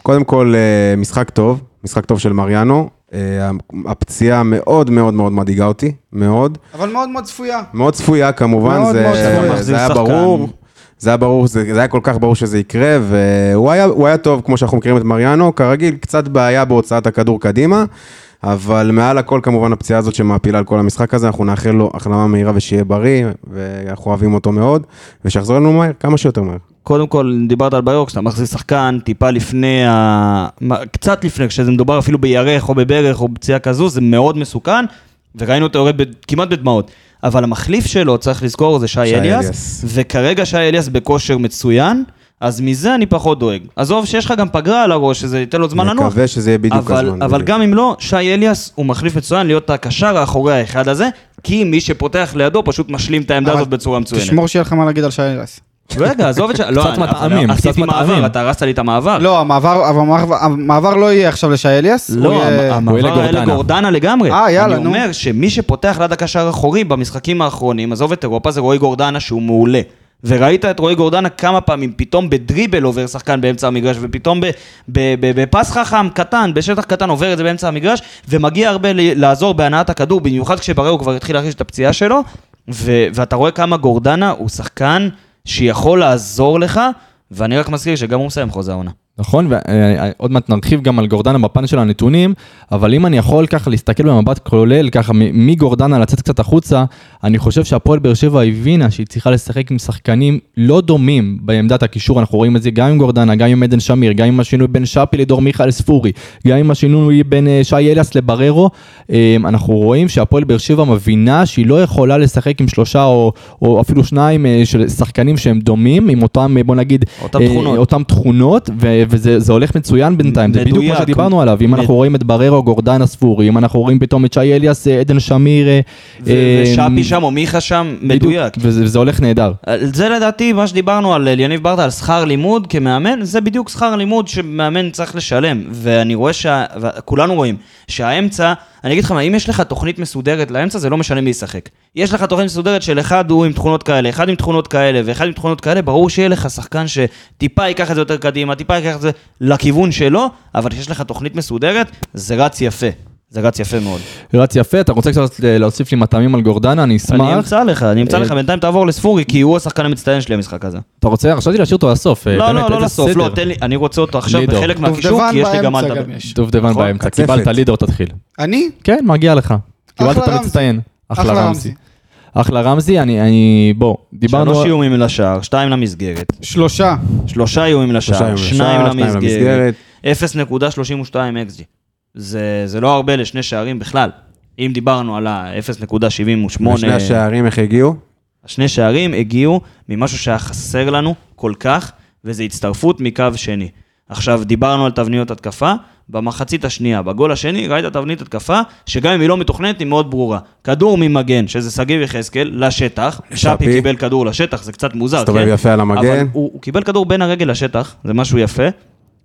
S6: קודם כל, אה, משחק טוב, משחק טוב של מריאנו. אה, הפציעה מאוד מאוד מאוד מדאיגה אותי, מאוד.
S5: אבל מאוד מאוד צפויה.
S6: מאוד צפויה כמובן,
S5: מאוד
S6: זה,
S5: מאוד צפויה.
S6: זה,
S1: מחזיר
S6: היה
S1: שחקן.
S6: ברור, זה היה ברור, זה, זה היה כל כך ברור שזה יקרה, והוא היה, הוא היה טוב, כמו שאנחנו מכירים את מריאנו, כרגיל, קצת בעיה בהוצאת הכדור קדימה, אבל מעל הכל כמובן הפציעה הזאת שמעפילה על כל המשחק הזה, אנחנו נאחל לו החלמה מהירה ושיהיה בריא, ואנחנו אוהבים אותו מאוד, ושיחזור אלינו מהר, כמה שיותר מהר.
S1: קודם כל, דיברת על ביורק, שאתה מחזיר שחקן טיפה לפני, ה... מה- קצת לפני, כשזה מדובר אפילו בירך או בברך או בפציעה כזו, זה מאוד מסוכן, וראינו את היורד ב... כמעט בדמעות. אבל המחליף שלו, צריך לזכור, זה שי
S6: שי
S1: אליאס,
S6: אליאס.
S1: וכרגע שי אליאס בכושר מצוין, אז מזה אני פחות דואג. עזוב שיש לך גם פגרה על הראש, שזה ייתן לו זמן לנוח.
S6: נקווה שזה יהיה בדיוק
S1: אבל,
S6: הזמן,
S1: אבל
S6: בדיוק.
S1: גם אם לא, שי אליאס הוא מחליף מצוין להיות הקשר האחורי האחד הזה, כי מי שפותח לידו פשוט משלים את העמדה
S5: אבל
S1: הזאת בצורה מצוינת.
S5: תשמור שיהיה לך מה להגיד על שי אליאס.
S1: רגע, עזוב את ש... לא,
S2: קצת
S1: אני- אבל
S2: מטעמים, קצת
S1: עשיתי מעבר,
S2: מטעמים.
S1: אתה הרסת לי את המעבר.
S5: לא, המעבר, אבל המעבר- המעבר לא יהיה עכשיו לשי אליאס. הוא
S1: לא,
S5: יהיה-
S1: המעבר
S2: הוא
S1: היה
S2: אלה גורדנה.
S1: לגורדנה לגמרי.
S5: אה, יאללה,
S1: אני
S5: נו.
S1: אומר שמי שפותח ליד הקשר האחורי במשחקים האחרונים, עזוב את אירופה, זה רועי גורדנה שהוא מעולה. וראית את רועי גורדנה כמה פעמים, פתאום בדריבל עובר שחקן באמצע המגרש, ופתאום ב- ב- ב- בפס חכם קטן, בשטח קטן עובר את זה באמצע המגרש, ומגיע הרבה ל- לעזור בהנעת הכדור, במיוחד כשברר הוא כבר התחיל להרגיש את הפציעה שלו, ו- ואתה רואה כמה גורדנה הוא שחקן שיכול לעזור לך, ואני רק מזכיר שגם הוא מסיים חוזה העונה.
S2: נכון, ועוד מעט נרחיב גם על גורדנה בפן של הנתונים, אבל אם אני יכול ככה להסתכל במבט כולל, ככה מ- מגורדנה לצאת קצת החוצה, אני חושב שהפועל באר שבע הבינה שהיא צריכה לשחק עם שחקנים לא דומים בעמדת הקישור, אנחנו רואים את זה גם עם גורדנה, גם עם עדן שמיר, גם עם השינוי בין שפי לדור מיכאל ספורי, גם עם השינוי בין אה, שי אליאס לבררו, אה, אנחנו רואים שהפועל באר שבע מבינה שהיא לא יכולה לשחק עם שלושה או, או אפילו שניים אה, של שחקנים שהם דומים, עם אותם, אה, בוא נגיד,
S1: אותם
S2: אה,
S1: תכונות.
S2: אותם תכונות, ו- וזה זה הולך מצוין בינתיים, זה בדיוק
S1: מדויק.
S2: מה שדיברנו עליו, אם
S1: מד-
S2: אנחנו רואים את בררו, גורדנה ספורי, אם אנחנו רואים פתאום את שי אליאס, אה, עדן שמיר, אה,
S1: ו-
S2: אה,
S1: ושאפי שם או מיכה שם,
S2: בדיוק,
S1: מדויק.
S2: וזה וזה הולך נהדר.
S1: על זה לדעתי מה שדיברנו על אליניב ברדה, על שכר לימוד כמאמן, זה בדיוק שכר לימוד שמאמן צריך לשלם. ואני רואה, שה... כולנו רואים, שהאמצע, אני אגיד לך מה, אם יש לך תוכנית מסודרת לאמצע, זה לא משנה מי ישחק. יש לך תוכנית מסודרת של אחד הוא עם תכונות כאלה, אחד עם תכונות כאלה ואחד עם תכונות כאלה, ברור שיהיה לך שחקן שטיפה ייקח את זה יותר קדימה, טיפה ייקח את זה לכיוון שלו, אבל כשיש לך תוכנית מסודרת, זה רץ יפה. זה רץ יפה מאוד.
S2: רץ יפה, אתה רוצה קצת אה, להוסיף לי מטעמים על גורדנה, אני
S1: אני
S2: אשמח.
S1: אמצא לך, אני אמצא לך,
S2: אה,
S1: בינתיים תעבור לספורי, כי הוא השחקן המצטיין שלי במשחק הזה.
S2: אתה רוצה, חשבתי להשאיר אותו לסוף. אה,
S1: לא,
S2: באמת,
S1: לא, לא
S2: איזה
S1: לסוף, לא,
S2: סדר.
S1: תן לי, אני רוצה אותו עכשיו
S2: לידור.
S1: בחלק מהקישור,
S5: דובדבן
S1: כי יש לי גם מה
S5: באמצע
S1: לדבר.
S5: גם יש.
S2: דובדבן
S1: נכון,
S2: באמצע,
S6: קצפת.
S2: קיבלת לידור, תתחיל.
S5: אני?
S2: כן, מגיע לך. קיבלת את
S5: רמזי.
S2: המצטיין.
S5: אחלה
S2: אחלה רמזי.
S5: רמזי.
S2: אחלה רמזי, אני- אני, בוא, דיברנו...
S1: שלוש איומים לשער, שתיים למסגרת,
S5: שלושה.
S1: שלושה איומים
S6: שלושה
S1: לשער,
S6: איומים לשער,
S1: שניים
S6: שניים
S1: למסגרת,
S6: למסגרת.
S1: 0.32 XG. זה זה לא הרבה לשני שערים בכלל. אם דיברנו על ה-0.78,
S6: שני השערים, איך הגיעו?
S1: שני שערים הגיעו ממשהו שהיה חסר לנו כל כך, וזה הצטרפות מקו שני. עכשיו, דיברנו על תבניות התקפה, במחצית השנייה, בגול השני, ראית תבנית התקפה, שגם אם היא לא מתוכננת, היא מאוד ברורה. כדור ממגן, שזה שגיב יחזקאל, לשטח, שפי
S6: לשפי.
S1: קיבל כדור לשטח, זה קצת מוזר, כן?
S6: הסתובב יפה על המגן.
S1: אבל הוא, הוא קיבל כדור בין הרגל לשטח, זה משהו יפה,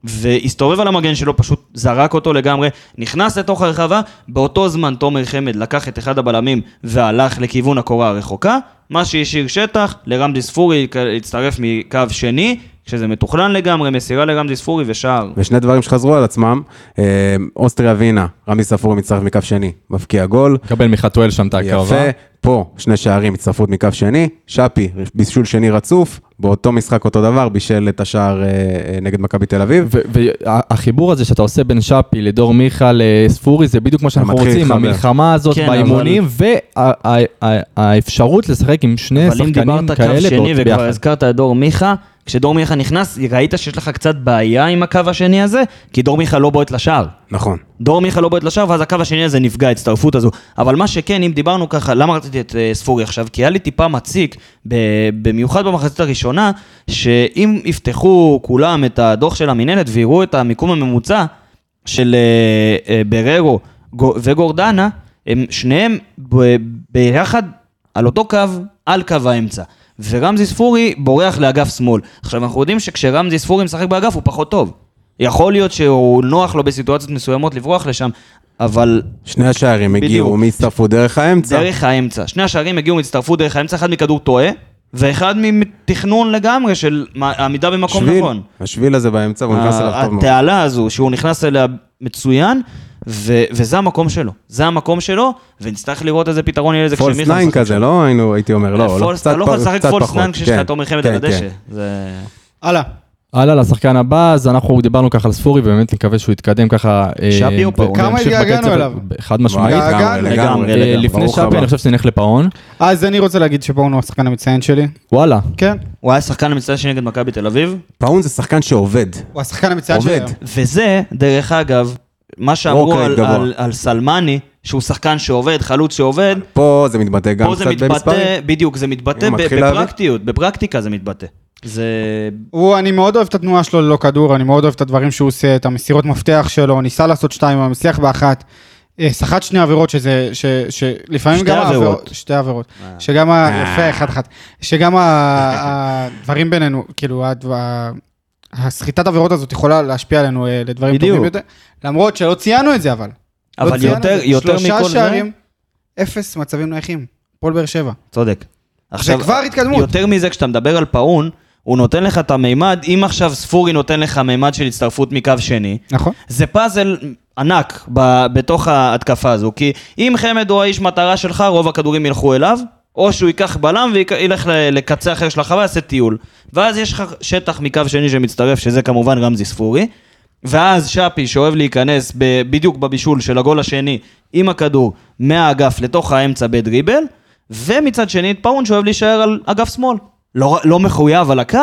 S1: והסתובב על המגן שלו, פשוט זרק אותו לגמרי, נכנס לתוך הרחבה, באותו זמן תומר חמד לקח את אחד הבלמים והלך לכיוון הקורה הרחוקה, מה שהשאיר שטח, לרמדי ספורי כ- הצטרף מקו שני, כשזה מתוכנן לגמרי, מסירה לרמדי ספורי ושער.
S6: ושני דברים שחזרו על עצמם, אה, אוסטריה ווינה, רמי ספורי מצטרף מקו שני, מבקיע גול,
S2: קבל מחתואל שם את ההקרבה.
S6: יפה, פה שני שערים, הצטרפות מקו שני, שפי, בישול שני רצוף, באותו משחק אותו דבר, בישל את השער אה, אה, נגד מכבי תל אביב.
S2: והחיבור הזה שאתה עושה בין שפי לדור מיכה לספורי, זה בדיוק מה שאנחנו
S6: מתחיל
S2: רוצים,
S6: להתחבר.
S2: המלחמה הזאת
S1: כן,
S2: באימונים, והאפשרות לשחק עם שני
S1: אבל אם
S2: אה, שחקנים
S1: דיברת
S2: כאלה
S1: קו שני
S2: באות-
S1: וכבר
S2: ביחד.
S1: הזכרת את דור מיכה, כשדור מיכה נכנס, ראית שיש לך קצת בעיה עם הקו השני הזה, כי דור מיכה לא בועט לשער.
S6: נכון.
S1: דור מיכה לא בועט לשער, ואז הקו השני הזה נפגע, ההצטרפות הזו. אבל מה שכן, אם דיברנו ככה, למה רציתי את אה, ספורי עכשיו? כי היה לי טיפה מציק, ב- במיוחד במחצית הראשונה, שאם יפתחו כולם את הדוח של המינהלת ויראו את המיקום הממוצע של אה, אה, בררו גו- וגורדנה, הם שניהם ב- ביחד על אותו קו, על קו האמצע. ורמזי ספורי בורח לאגף שמאל. עכשיו, אנחנו יודעים שכשרמזי ספורי משחק באגף הוא פחות טוב. יכול להיות שהוא נוח לו בסיטואציות מסוימות לברוח לשם, אבל
S6: שני השערים
S1: בדיוק.
S6: הגיעו, מי הצטרפו דרך האמצע.
S1: דרך האמצע. שני השערים הגיעו, הצטרפו דרך האמצע, אחד מכדור טועה, ואחד מתכנון לגמרי של מה- עמידה במקום
S6: שביל,
S1: נכון. אה,
S6: השביל הזה באמצע, והוא נכנס אליו טוב מאוד.
S1: התעלה הזו, שהוא נכנס אליה מצוין, ו- וזה המקום שלו. זה המקום שלו, ונצטרך לראות איזה פתרון יהיה לזה
S6: פולס
S1: כשמיכה
S6: ניין
S1: משחק
S6: כזה,
S1: שם.
S6: לא היינו, הייתי אומר, לא, לא,
S1: פולס- אתה לא יכול לשחק
S6: קצת
S1: פולס
S6: פחות.
S1: ניין כשיש לך
S6: כן,
S1: את תומר חמד
S6: כן,
S1: על הדשא.
S6: כן.
S1: זה-
S5: הלאה.
S2: הלאה לשחקן הבא, אז אנחנו דיברנו ככה על ספורי, ובאמת נקווה שהוא יתקדם ככה. אה,
S1: שפי הוא
S2: ב-
S1: פה. כמה
S2: בהמשך
S5: התגעגענו
S2: בקצב,
S5: אליו?
S2: חד משמעית.
S5: וואי,
S6: לגמרי,
S5: לגמרי,
S6: לגמרי.
S2: אה,
S1: לגמרי.
S2: לפני
S6: ברוך
S2: שפי
S6: הבא.
S2: אני חושב שנלך לפאון.
S5: אז אני רוצה להגיד שפאון הוא השחקן המצטיין שלי.
S2: וואלה,
S5: כן.
S1: הוא היה שחקן המצטיין שלי נגד מכבי תל אביב,
S6: פאון זה שחקן שעובד.
S5: הוא השחקן המצטיין שלי.
S6: עובד.
S5: היום.
S1: וזה, דרך אגב, מה שאמרו
S6: Work rate
S1: על,
S6: גבוה.
S1: על, על סלמני, שהוא שחקן שעובד, חלוץ שעובד,
S6: פה זה מתבטא גם
S1: פה
S6: קצת
S1: זה מתבטא,
S6: במספרים.
S1: בדיוק, זה מתבטא
S6: אני
S1: ב-
S6: מתחיל להבין.
S1: בפרקטיות, בפרקטיקה זה מתבטא. זה...
S5: הוא, אני מאוד אוהב את התנועה שלו ללא כדור, אני מאוד אוהב את הדברים שהוא עושה, את המסירות מפתח שלו, ניסה לעשות שתיים, אבל מצליח באחת. אה, סחט שני עבירות שזה, ש- שלפעמים
S1: שתי
S5: גם העבירות-
S1: עבירות. אה.
S5: שתי עבירות, שגם ה... יפה, אחד אחד. שגם ה- הדברים בינינו, כאילו, הדו- ה- הסחיטת עבירות הזאת יכולה להשפיע עלינו אה, לדברים טובים
S1: בדיוק.
S5: יותר. למרות שלא ציינו את זה, אבל. לא
S1: אבל
S5: ציינו
S1: יותר-
S5: את זה.
S1: יותר מכל
S5: שלושה
S1: זה-
S5: שערים, אפס מצבים נייחים. הפועל באר שבע.
S1: צודק. עכשיו,
S5: כבר התקדמות.
S1: יותר מזה, כשאתה מדבר על פאון, הוא נותן לך את המימד, אם עכשיו ספורי נותן לך מימד של הצטרפות מקו שני,
S5: נכון.
S1: זה פאזל ענק ב, בתוך ההתקפה הזו, כי אם חמד הוא האיש מטרה שלך, רוב הכדורים ילכו אליו, או שהוא ייקח בלם וילך לקצה אחר של החווה, יעשה טיול. ואז יש לך שטח מקו שני שמצטרף, שזה כמובן רמזי ספורי. ואז שפי, שאוהב להיכנס ב- בדיוק בבישול של הגול השני עם הכדור מהאגף לתוך האמצע בדריבל, ומצד שני את פאון שאוהב להישאר על אגף שמאל. לא, לא מחויב על הקו,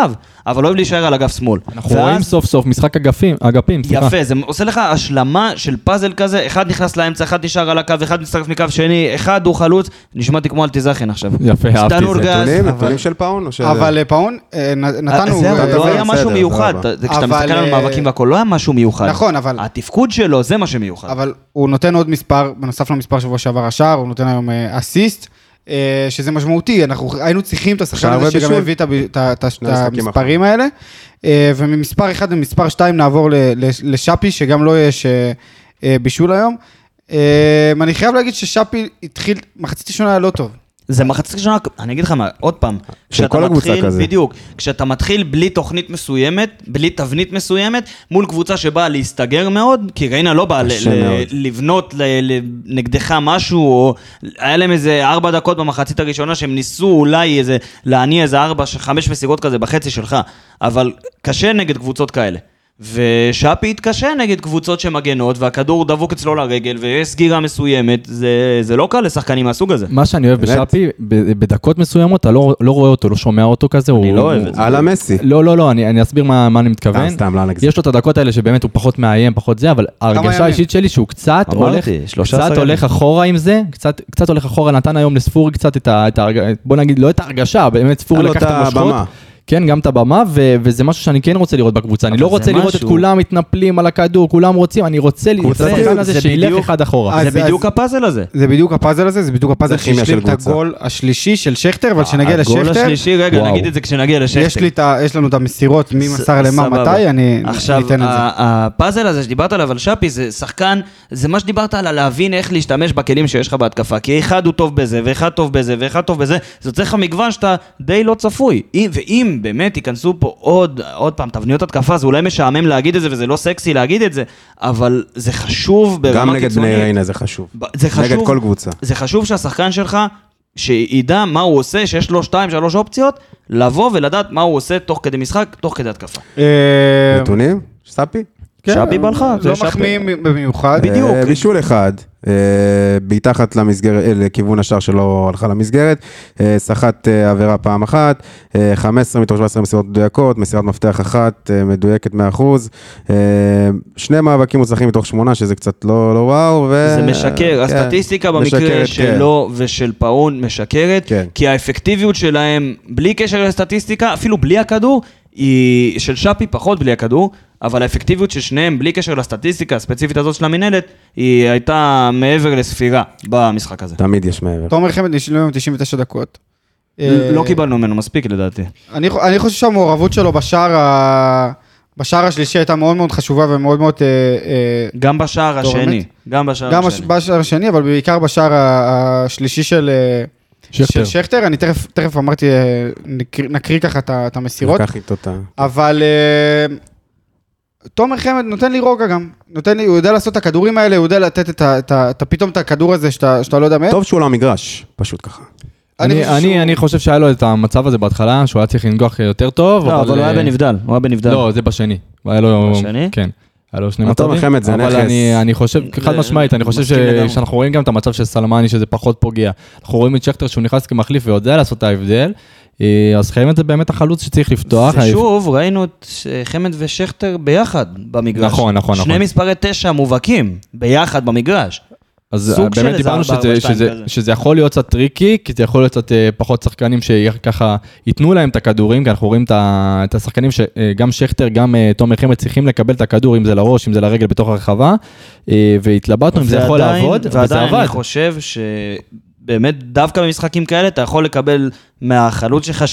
S1: אבל אוהב להישאר על אגף שמאל.
S2: אנחנו רואים
S1: ואז-
S2: סוף סוף משחק אגפים, אגפים, סליחה.
S1: יפה, זה עושה לך השלמה של פאזל כזה, אחד נכנס לאמצע, אחד נשאר על הקו, אחד מצטרף מקו שני, אחד הוא חלוץ, נשמעתי כמו אלטיזכין עכשיו.
S2: יפה, אהבתי את
S1: שטנור
S2: זה.
S1: גז.
S6: נתונים,
S1: אה,
S6: נתונים של פאון או ש...
S5: אבל אה, פאון, אה, נ- נתנו...
S1: זהו,
S5: אה,
S1: לא
S6: אבל-
S1: היה משהו
S6: בסדר,
S1: מיוחד,
S6: סבבה.
S1: זה- כשאתה
S5: אבל,
S1: מסתכל על
S5: אה,
S1: מאבקים והכל, לא היה משהו מיוחד.
S5: נכון, אבל-
S1: התפקוד שלו, זה מה שמיוחד.
S5: אבל הוא נותן עוד מספר, בנוסף למספר שבוע שעבר השער, הוא נותן היום אה, אסיסט, אה, שזה משמעותי, אנחנו היינו צריכים את השחקן
S6: שער
S5: הזה שגם
S6: ובישול.
S5: הביא את הב- את ה- את ה- את
S6: המשחקים
S5: המספרים האלה. אה, וממספר 1 למספר 2 נעבור ל- ל- לשאפי, שגם לו יש אה, אה, בישול היום. אה, אני חייב להגיד ששאפי התחיל, מחצית ראשונה היה לא טוב.
S1: זה מחצית ראשונה, אני אגיד לך מה, עוד פעם. כשאתה
S6: כל הקבוצה
S1: מתחיל-
S6: כזה.
S1: בדיוק. כשאתה מתחיל בלי תוכנית מסוימת, בלי תבנית מסוימת, מול קבוצה שבאה להסתגר מאוד, כי ריינה לא באה ל-
S6: קשה
S1: ל-
S6: מאוד.
S1: לבנות ל- ל- נגדך משהו, או היה להם איזה ארבע דקות במחצית הראשונה שהם ניסו אולי איזה, להניע איזה ארבע, ש- חמש מסירות כזה בחצי שלך, אבל קשה נגד קבוצות כאלה. ושאפי התקשה נגד קבוצות שמגנות, והכדור דבוק אצלו לרגל, ויש סגירה מסוימת, זה, זה לא קל לשחקנים מהסוג הזה.
S2: מה שאני אוהב
S6: באמת?
S2: בשאפי, ב- בדקות מסוימת אתה לא לא רואה אותו, לא שומע אותו כזה. הוא-
S1: לא אוהב את זה.
S6: על המסי.
S2: לא, לא, לא, אני אני אסביר מה מה אני מתכוון.
S6: סתם, סתם, לא נגזים.
S2: יש לו את הדקות האלה שבאמת הוא פחות מאיים, פחות זה, אבל
S5: ימים?
S2: ההרגשה האישית שלי שהוא קצת
S1: אמרתי,
S2: הולך,
S1: 13
S2: קצת
S1: ימים.
S2: הולך אחורה עם זה, קצת קצת הולך אחורה, נתן היום לספורי קצת את ה... את ההרג- בוא נגיד, לא את ההרגשה, באמת ספורי
S6: היה לו
S2: לקח
S6: את
S2: את המושכות.
S6: הבמה.
S2: כן, גם את הבמה, ו- וזה משהו שאני כן רוצה לראות בקבוצה. אני
S1: אבל
S2: לא
S1: זה
S2: רוצה לראות את
S1: משהו.
S2: כולם מתנפלים על הכדור, כולם רוצים, אני רוצה לראות את
S6: קבוצתיות,
S2: השחקן
S1: זה
S2: הזה שילך
S1: בדיוק-
S2: אחד אחורה.
S5: אז-
S1: זה בדיוק הפאזל הזה.
S5: זה בדיוק הפאזל הזה, זה בדיוק הפאזל
S6: זה כימיה
S5: שהשלים
S6: של
S5: את
S6: קבוצה.
S5: הגול השלישי של שכטר, אבל כשנגיע לשכטר...
S1: הגול השלישי, רגע,
S2: וואו.
S1: נגיד את זה כשנגיע לשכטר.
S5: יש, לי את ה, יש לנו את המסירות, מי
S1: ס-
S5: מסר למה,
S1: סבבה.
S5: מתי, אני
S1: עכשיו,
S5: ניתן את זה.
S1: ה- הפאזל הזה שדיברת עליו על שפי, זה שחקן, זה מה שדיברת על הלהבין איך להשתמש בכלים שיש לך בהתקפה. כי אחד הוא טוב בזה, ואחד טוב בזה, ואחד טוב בזה, זה יוצא לך מגוון שאתה די לא צפוי. אם- ואם באמת ייכנסו פה עוד, עוד פעם, תבניות התקפה, זה אולי משעמם להגיד את זה, וזה לא סקסי להגיד את זה, אבל זה חשוב ברמה
S6: גם
S1: קיצונית.
S6: נגד בני ריינה זה חשוב.
S1: ב- זה חשוב.
S6: נגד כל קבוצה.
S1: זה חשוב שהשחקן שלך, שידע מה הוא עושה, שיש לו שתיים, שלוש אופציות, לבוא ולדעת מה הוא עושה תוך כדי משחק, תוך כדי התקפה.
S5: אה,
S6: נתונים? ספי?
S5: כן,
S1: שבי בלחה, זה
S5: לא
S1: שבי.
S5: מחמיאים במיוחד.
S1: בדיוק.
S6: אה, בישול אחד, אה, בעיטה אחת למסגרת, אה, לכיוון השער שלו הלכה למסגרת, אה, סחט אה, עבירה פעם אחת, אה, 15 מתוך 17 מסירות מדויקות, מסירת מפתח אחת אה, מדויקת 100%, אה, שני מאבקים מוצלחים מתוך שמונה, שזה קצת לא לא וואו, ו...
S1: זה משקר,
S6: כן.
S1: הסטטיסטיקה במקרה
S6: משקרת,
S1: שלו ושל פאון משקרת,
S6: כן.
S1: כי האפקטיביות שלהם, בלי קשר לסטטיסטיקה, אפילו בלי הכדור, היא של שפי פחות בלי הכדור, אבל האפקטיביות של שניהם, בלי קשר לסטטיסטיקה הספציפית הזאת של המינהלת, היא הייתה מעבר לספירה במשחק הזה.
S6: כן. תמיד יש מעבר.
S5: תומר חמד נשאלו היום 99 דקות. אה,
S1: לא קיבלנו ממנו מספיק לדעתי.
S5: אני חו- אני חושב שהמעורבות שלו בשער ה- בשער השלישי הייתה מאוד מאוד חשובה ומאוד מאוד... אה, אה,
S1: גם בשער
S5: טוב,
S1: השני.
S5: באמת?
S1: גם בשער
S5: גם הש-
S1: השני.
S5: בשער השני, אבל בעיקר בשער ה- השלישי של... אה,
S2: שכטר.
S5: של שכטר, אני תכף, תכף אמרתי, אה, נקריא, נקריא ככה את ה- את המסירות.
S6: לקח איתו את ה...
S5: אבל אה, תומר חמד נותן לי רוגע גם. נותן לי, הוא יודע לעשות את הכדורים האלה, הוא יודע לתת את ה... את ה- את ה- פתאום את הכדור הזה שאתה שאתה לא יודע מאיפה.
S6: טוב שהוא לא המגרש, פשוט ככה.
S5: אני
S2: אני,
S5: חושב שהוא-
S2: אני, אני חושב שהיה לו את המצב הזה בהתחלה, שהוא היה צריך לנגוח יותר טוב.
S1: לא, אבל הוא היה
S2: אה,
S1: בנבדל, הוא היה בנבדל.
S2: לא, זה בשני. היה לו...
S1: בשני?
S2: כן. היה לו שני
S6: אבל טוב,
S2: מצבים.
S6: מלחמת זה נכס.
S2: אבל אני, אני חושב,
S1: ל-
S2: חד משמעית, אני חושב ש...
S1: מסכים לגמרי.
S2: שאנחנו רואים גם את המצב של סלמני, שזה פחות פוגע. אנחנו רואים את שכטר שהוא נכנס כמחליף ויודע לעשות את ההבדל. אה, אז חייבת זה באמת החלוץ שצריך לפתוח.
S1: זה שוב, ראינו את ש- חמד ושכטר ביחד במגרש.
S2: נכון, נכון,
S1: שני
S2: נכון. מספרי
S1: מספרי תשע מובהקים, ביחד במגרש.
S2: אז אה,
S1: סוג של
S2: באמת
S1: איזה
S2: דיברנו
S1: ארבע,
S2: שזה,
S1: ארבע, שתיים
S2: שזה,
S1: כזה.
S2: שזה יכול להיות קצת טריקי, כי זה יכול להיות קצת אה, פחות שחקנים שככה ייתנו להם את הכדורים, כי אנחנו רואים את ה- את השחקנים שגם שכטר, גם אה, תומר חמד צריכים לקבל את הכדור, אם זה לראש, אם זה לרגל בתוך הרחבה, אה, והתלבטנו אם זה יכול
S1: ועדיין-
S2: לעבוד, וזה
S1: ועדיין
S2: עבד.
S1: אני חושב שבאמת, דווקא במשחקים כאלה, אתה יכול לקבל מהחלוץ שלך,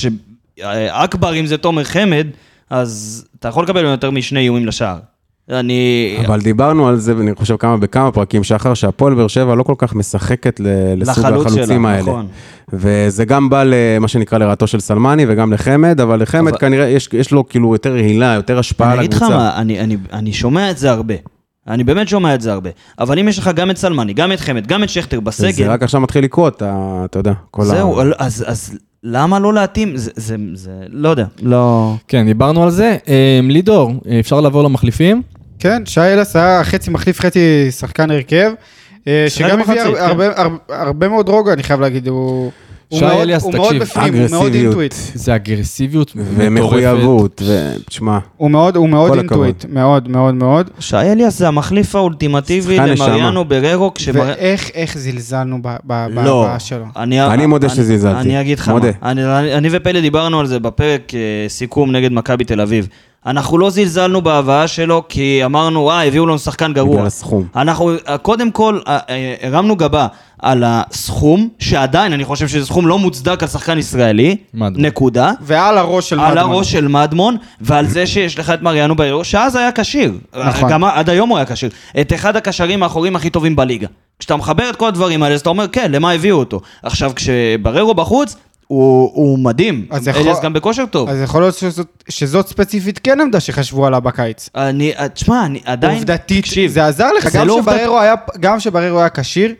S1: שאכבר, אם זה תומר חמד, אז אתה יכול לקבל יותר משני איומים לשער. אני...
S6: אבל דיברנו על זה, אני חושב, כמה בכמה פרקים שחר, שהפועל באר שבע לא כל כך משחקת ל- לסוג
S1: לחלוץ
S6: החלוצים
S1: שלה,
S6: האלה.
S1: נכון.
S6: וזה גם בא למה שנקרא לרעתו של סלמני וגם לחמד, אבל לחמד
S1: אבל-
S6: כנראה יש, יש לו כאילו יותר הילה, יותר השפעה על
S1: אני אגיד לך
S6: הקבוצה.
S1: מה, אני, אני, אני שומע את זה הרבה. אני באמת שומע את זה הרבה. אבל אם יש לך גם את סלמני, גם את חמד, גם את שכטר בסגל...
S6: זה רק עכשיו מתחיל לקרות, ה- אתה יודע, כל
S1: זהו, אל- אז, אז למה לא להתאים? זה, זה, זה, לא יודע, לא...
S2: כן, דיברנו על זה. אה, לידור, אה, אפשר לעבור למחליפים?
S5: כן, שי אלס היה חצי מחליף, חצי שחקן הרכב, אה,
S1: שיחק
S5: שגם הביא
S1: במחצית, כן.
S5: הרבה, הרבה, הרבה, הרבה מאוד רוגע, אני חייב להגיד, הוא... הוא
S2: שי
S5: מאוד-
S2: אליאס,
S5: הוא מאוד
S2: תקשיב,
S5: בפנים, הוא מאוד
S6: אגרסיביות.
S5: אינטואיט.
S2: זה אגרסיביות מטורפת.
S6: ומחויבות, ותשמע,
S5: הוא מאוד, הוא מאוד
S6: כל
S5: אינטואיט, מאוד מאוד מאוד.
S1: שי אליאס זה המחליף האולטימטיבי
S6: שחקן נשמה.
S1: למריאנו בררו, כשמר...
S5: ואיך איך זלזלנו ב- ב-
S1: לא.
S5: בהבאה שלו.
S1: אני,
S6: אני מודה שזלזלתי.
S1: אני אגיד לך מה.
S6: מודה.
S1: אני, אני, אני ופלד דיברנו על זה בפרק אה, סיכום נגד מכבי תל אביב. אנחנו לא זלזלנו בהבאה שלו, כי אמרנו, וואי, הביאו לנו שחקן גרוע.
S6: בגלל הסכום.
S1: אנחנו אה, קודם כל אה, אה, הרמנו גבה על הסכום, שעדיין אני חושב שזה סכום לא מוצדק על שחקן ישראלי,
S2: מדמון.
S1: נקודה.
S5: ועל הראש של
S1: על
S5: מדמון.
S1: הראש של מדמון, ועל זה שיש לך את מריאנו בעיר, שאז היה כשיר.
S5: נכון.
S1: גם עד היום הוא היה כשיר. את אחד הקשרים האחוריים הכי טובים בליגה. כשאתה מחבר את כל הדברים האלה, אז אתה אומר, כן, למה הביאו אותו? עכשיו, כשבררו בחוץ, הוא, הוא מדהים.
S5: אז יכול-
S1: אליאס גם בכושר טוב.
S5: אז יכול להיות שזאת, שזאת ספציפית כן עמדה שחשבו עליה בקיץ.
S1: אני, אה, תשמע, אני עדיין...
S5: עובדתית,
S1: תקשיב,
S5: זה עזר לך,
S1: זה
S5: גם
S1: לא עובדת-
S5: שבררו היה- גם שבררו היה כשיר,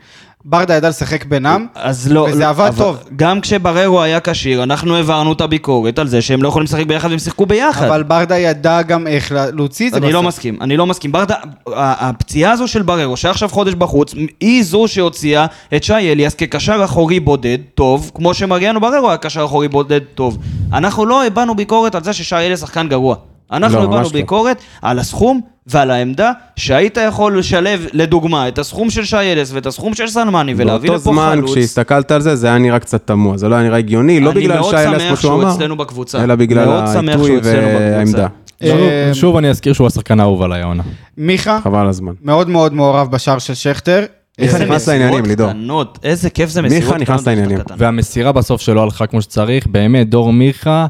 S5: ברדה ידע לשחק בינם,
S1: אז לא,
S5: וזה
S1: לא,
S5: עבד טוב.
S1: גם כשבררו היה כשיר, אנחנו העברנו את הביקורת על זה שהם לא יכולים לשחק ביחד והם שיחקו ביחד.
S5: אבל ברדה ידע גם איך לה- להוציא את זה.
S1: אני לא
S5: בסוף.
S1: מסכים, אני לא מסכים. ברדה, ה- הפציעה הזו של בררו, שעכשיו חודש בחוץ, היא זו שהוציאה את שי אליאס כקשר אחורי בודד טוב, כמו שמריאנו בררו היה קשר אחורי בודד טוב. אנחנו לא הבענו ביקורת על זה ששי אליאס שחקן גרוע. אנחנו
S6: לא,
S1: הבענו
S6: ממש לא.
S1: ביקורת על הסכום ועל העמדה שהיית יכול לשלב, לדוגמה, את הסכום של שי אליאס ואת הסכום של סלמני ולהביא
S6: באותו
S1: לפה
S6: זמן,
S1: חלוץ.
S6: כשהסתכלת על זה, זה היה נראה קצת תמוה, זה לא היה נראה הגיוני, לא
S1: אני
S6: בגלל
S1: מאוד
S6: שי אלס,
S1: שמח
S6: כמו שהוא
S1: שהוא
S6: אמר,
S1: אצלנו בקבוצה.
S6: אלא בגלל
S1: מאוד שמח שהוא
S6: העיתוי
S1: אצלנו בקבוצה.
S6: והעמדה.
S5: אה,
S2: לא, שוב אני אזכיר שהוא השחקן האהוב עליי העונה.
S5: מיכה,
S6: חבל על הזמן.
S5: מאוד מאוד מעורב בשער של שכטר.
S6: מיכה
S5: אה,
S1: איזה
S6: נכנס
S1: מסירות
S6: לעניינים, לידור.
S1: קטנות, איזה כיף זה
S6: מיכה
S1: מסירות
S6: נכנס
S1: בשטח
S6: לעניינים.
S1: קטן.
S2: והמסירה בסוף שלו הלכה כמו שצריך, באמת, דור מיכה,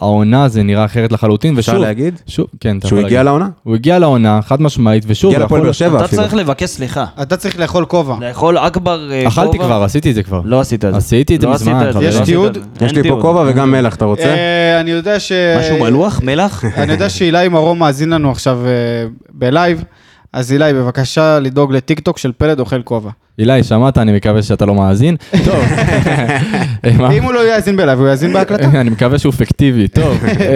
S2: העונה זה נראה אחרת לחלוטין, ושוב...
S6: אפשר להגיד?
S2: שוב, כן, אתה
S6: שהוא
S2: יכול
S6: הגיע
S2: להגיד.
S6: לעונה?
S2: הוא הגיע לעונה, חד משמעית, ושוב...
S6: הגיע לפועל
S2: יכול-
S6: באר שבע
S1: אתה
S6: אפילו.
S1: צריך לבקש סליחה.
S5: אתה צריך לאכול כובע.
S1: לאכול אכבר אה,
S2: אכלתי
S1: כובע?
S2: כבר, עשיתי את זה כבר.
S1: לא עשית את זה.
S2: עשיתי את זה
S1: לא
S2: מזמן,
S1: עשית את זה.
S2: חברים.
S5: יש
S1: לא
S5: תיעוד?
S1: עשית את זה.
S6: יש
S1: אין
S6: לי פה
S1: תיעוד.
S6: כובע וגם מלח, אתה רוצה?
S5: אה, אני יודע ש...
S1: משהו מלוח? מלח?
S5: אני יודע שאילי מרום מאזין לנו עכשיו אה, בלייב, אז אילי, בבקשה לדאוג לטיק טוק של פלד אוכל כובע.
S2: אילי, שמעת, אני מקווה שאתה לא מאזין. טוב. מה?
S5: אם הוא לא יאזין בלייב, הוא יאזין בהקלטה.
S2: אה, אני מקווה שהוא פיקטיבי, טוב.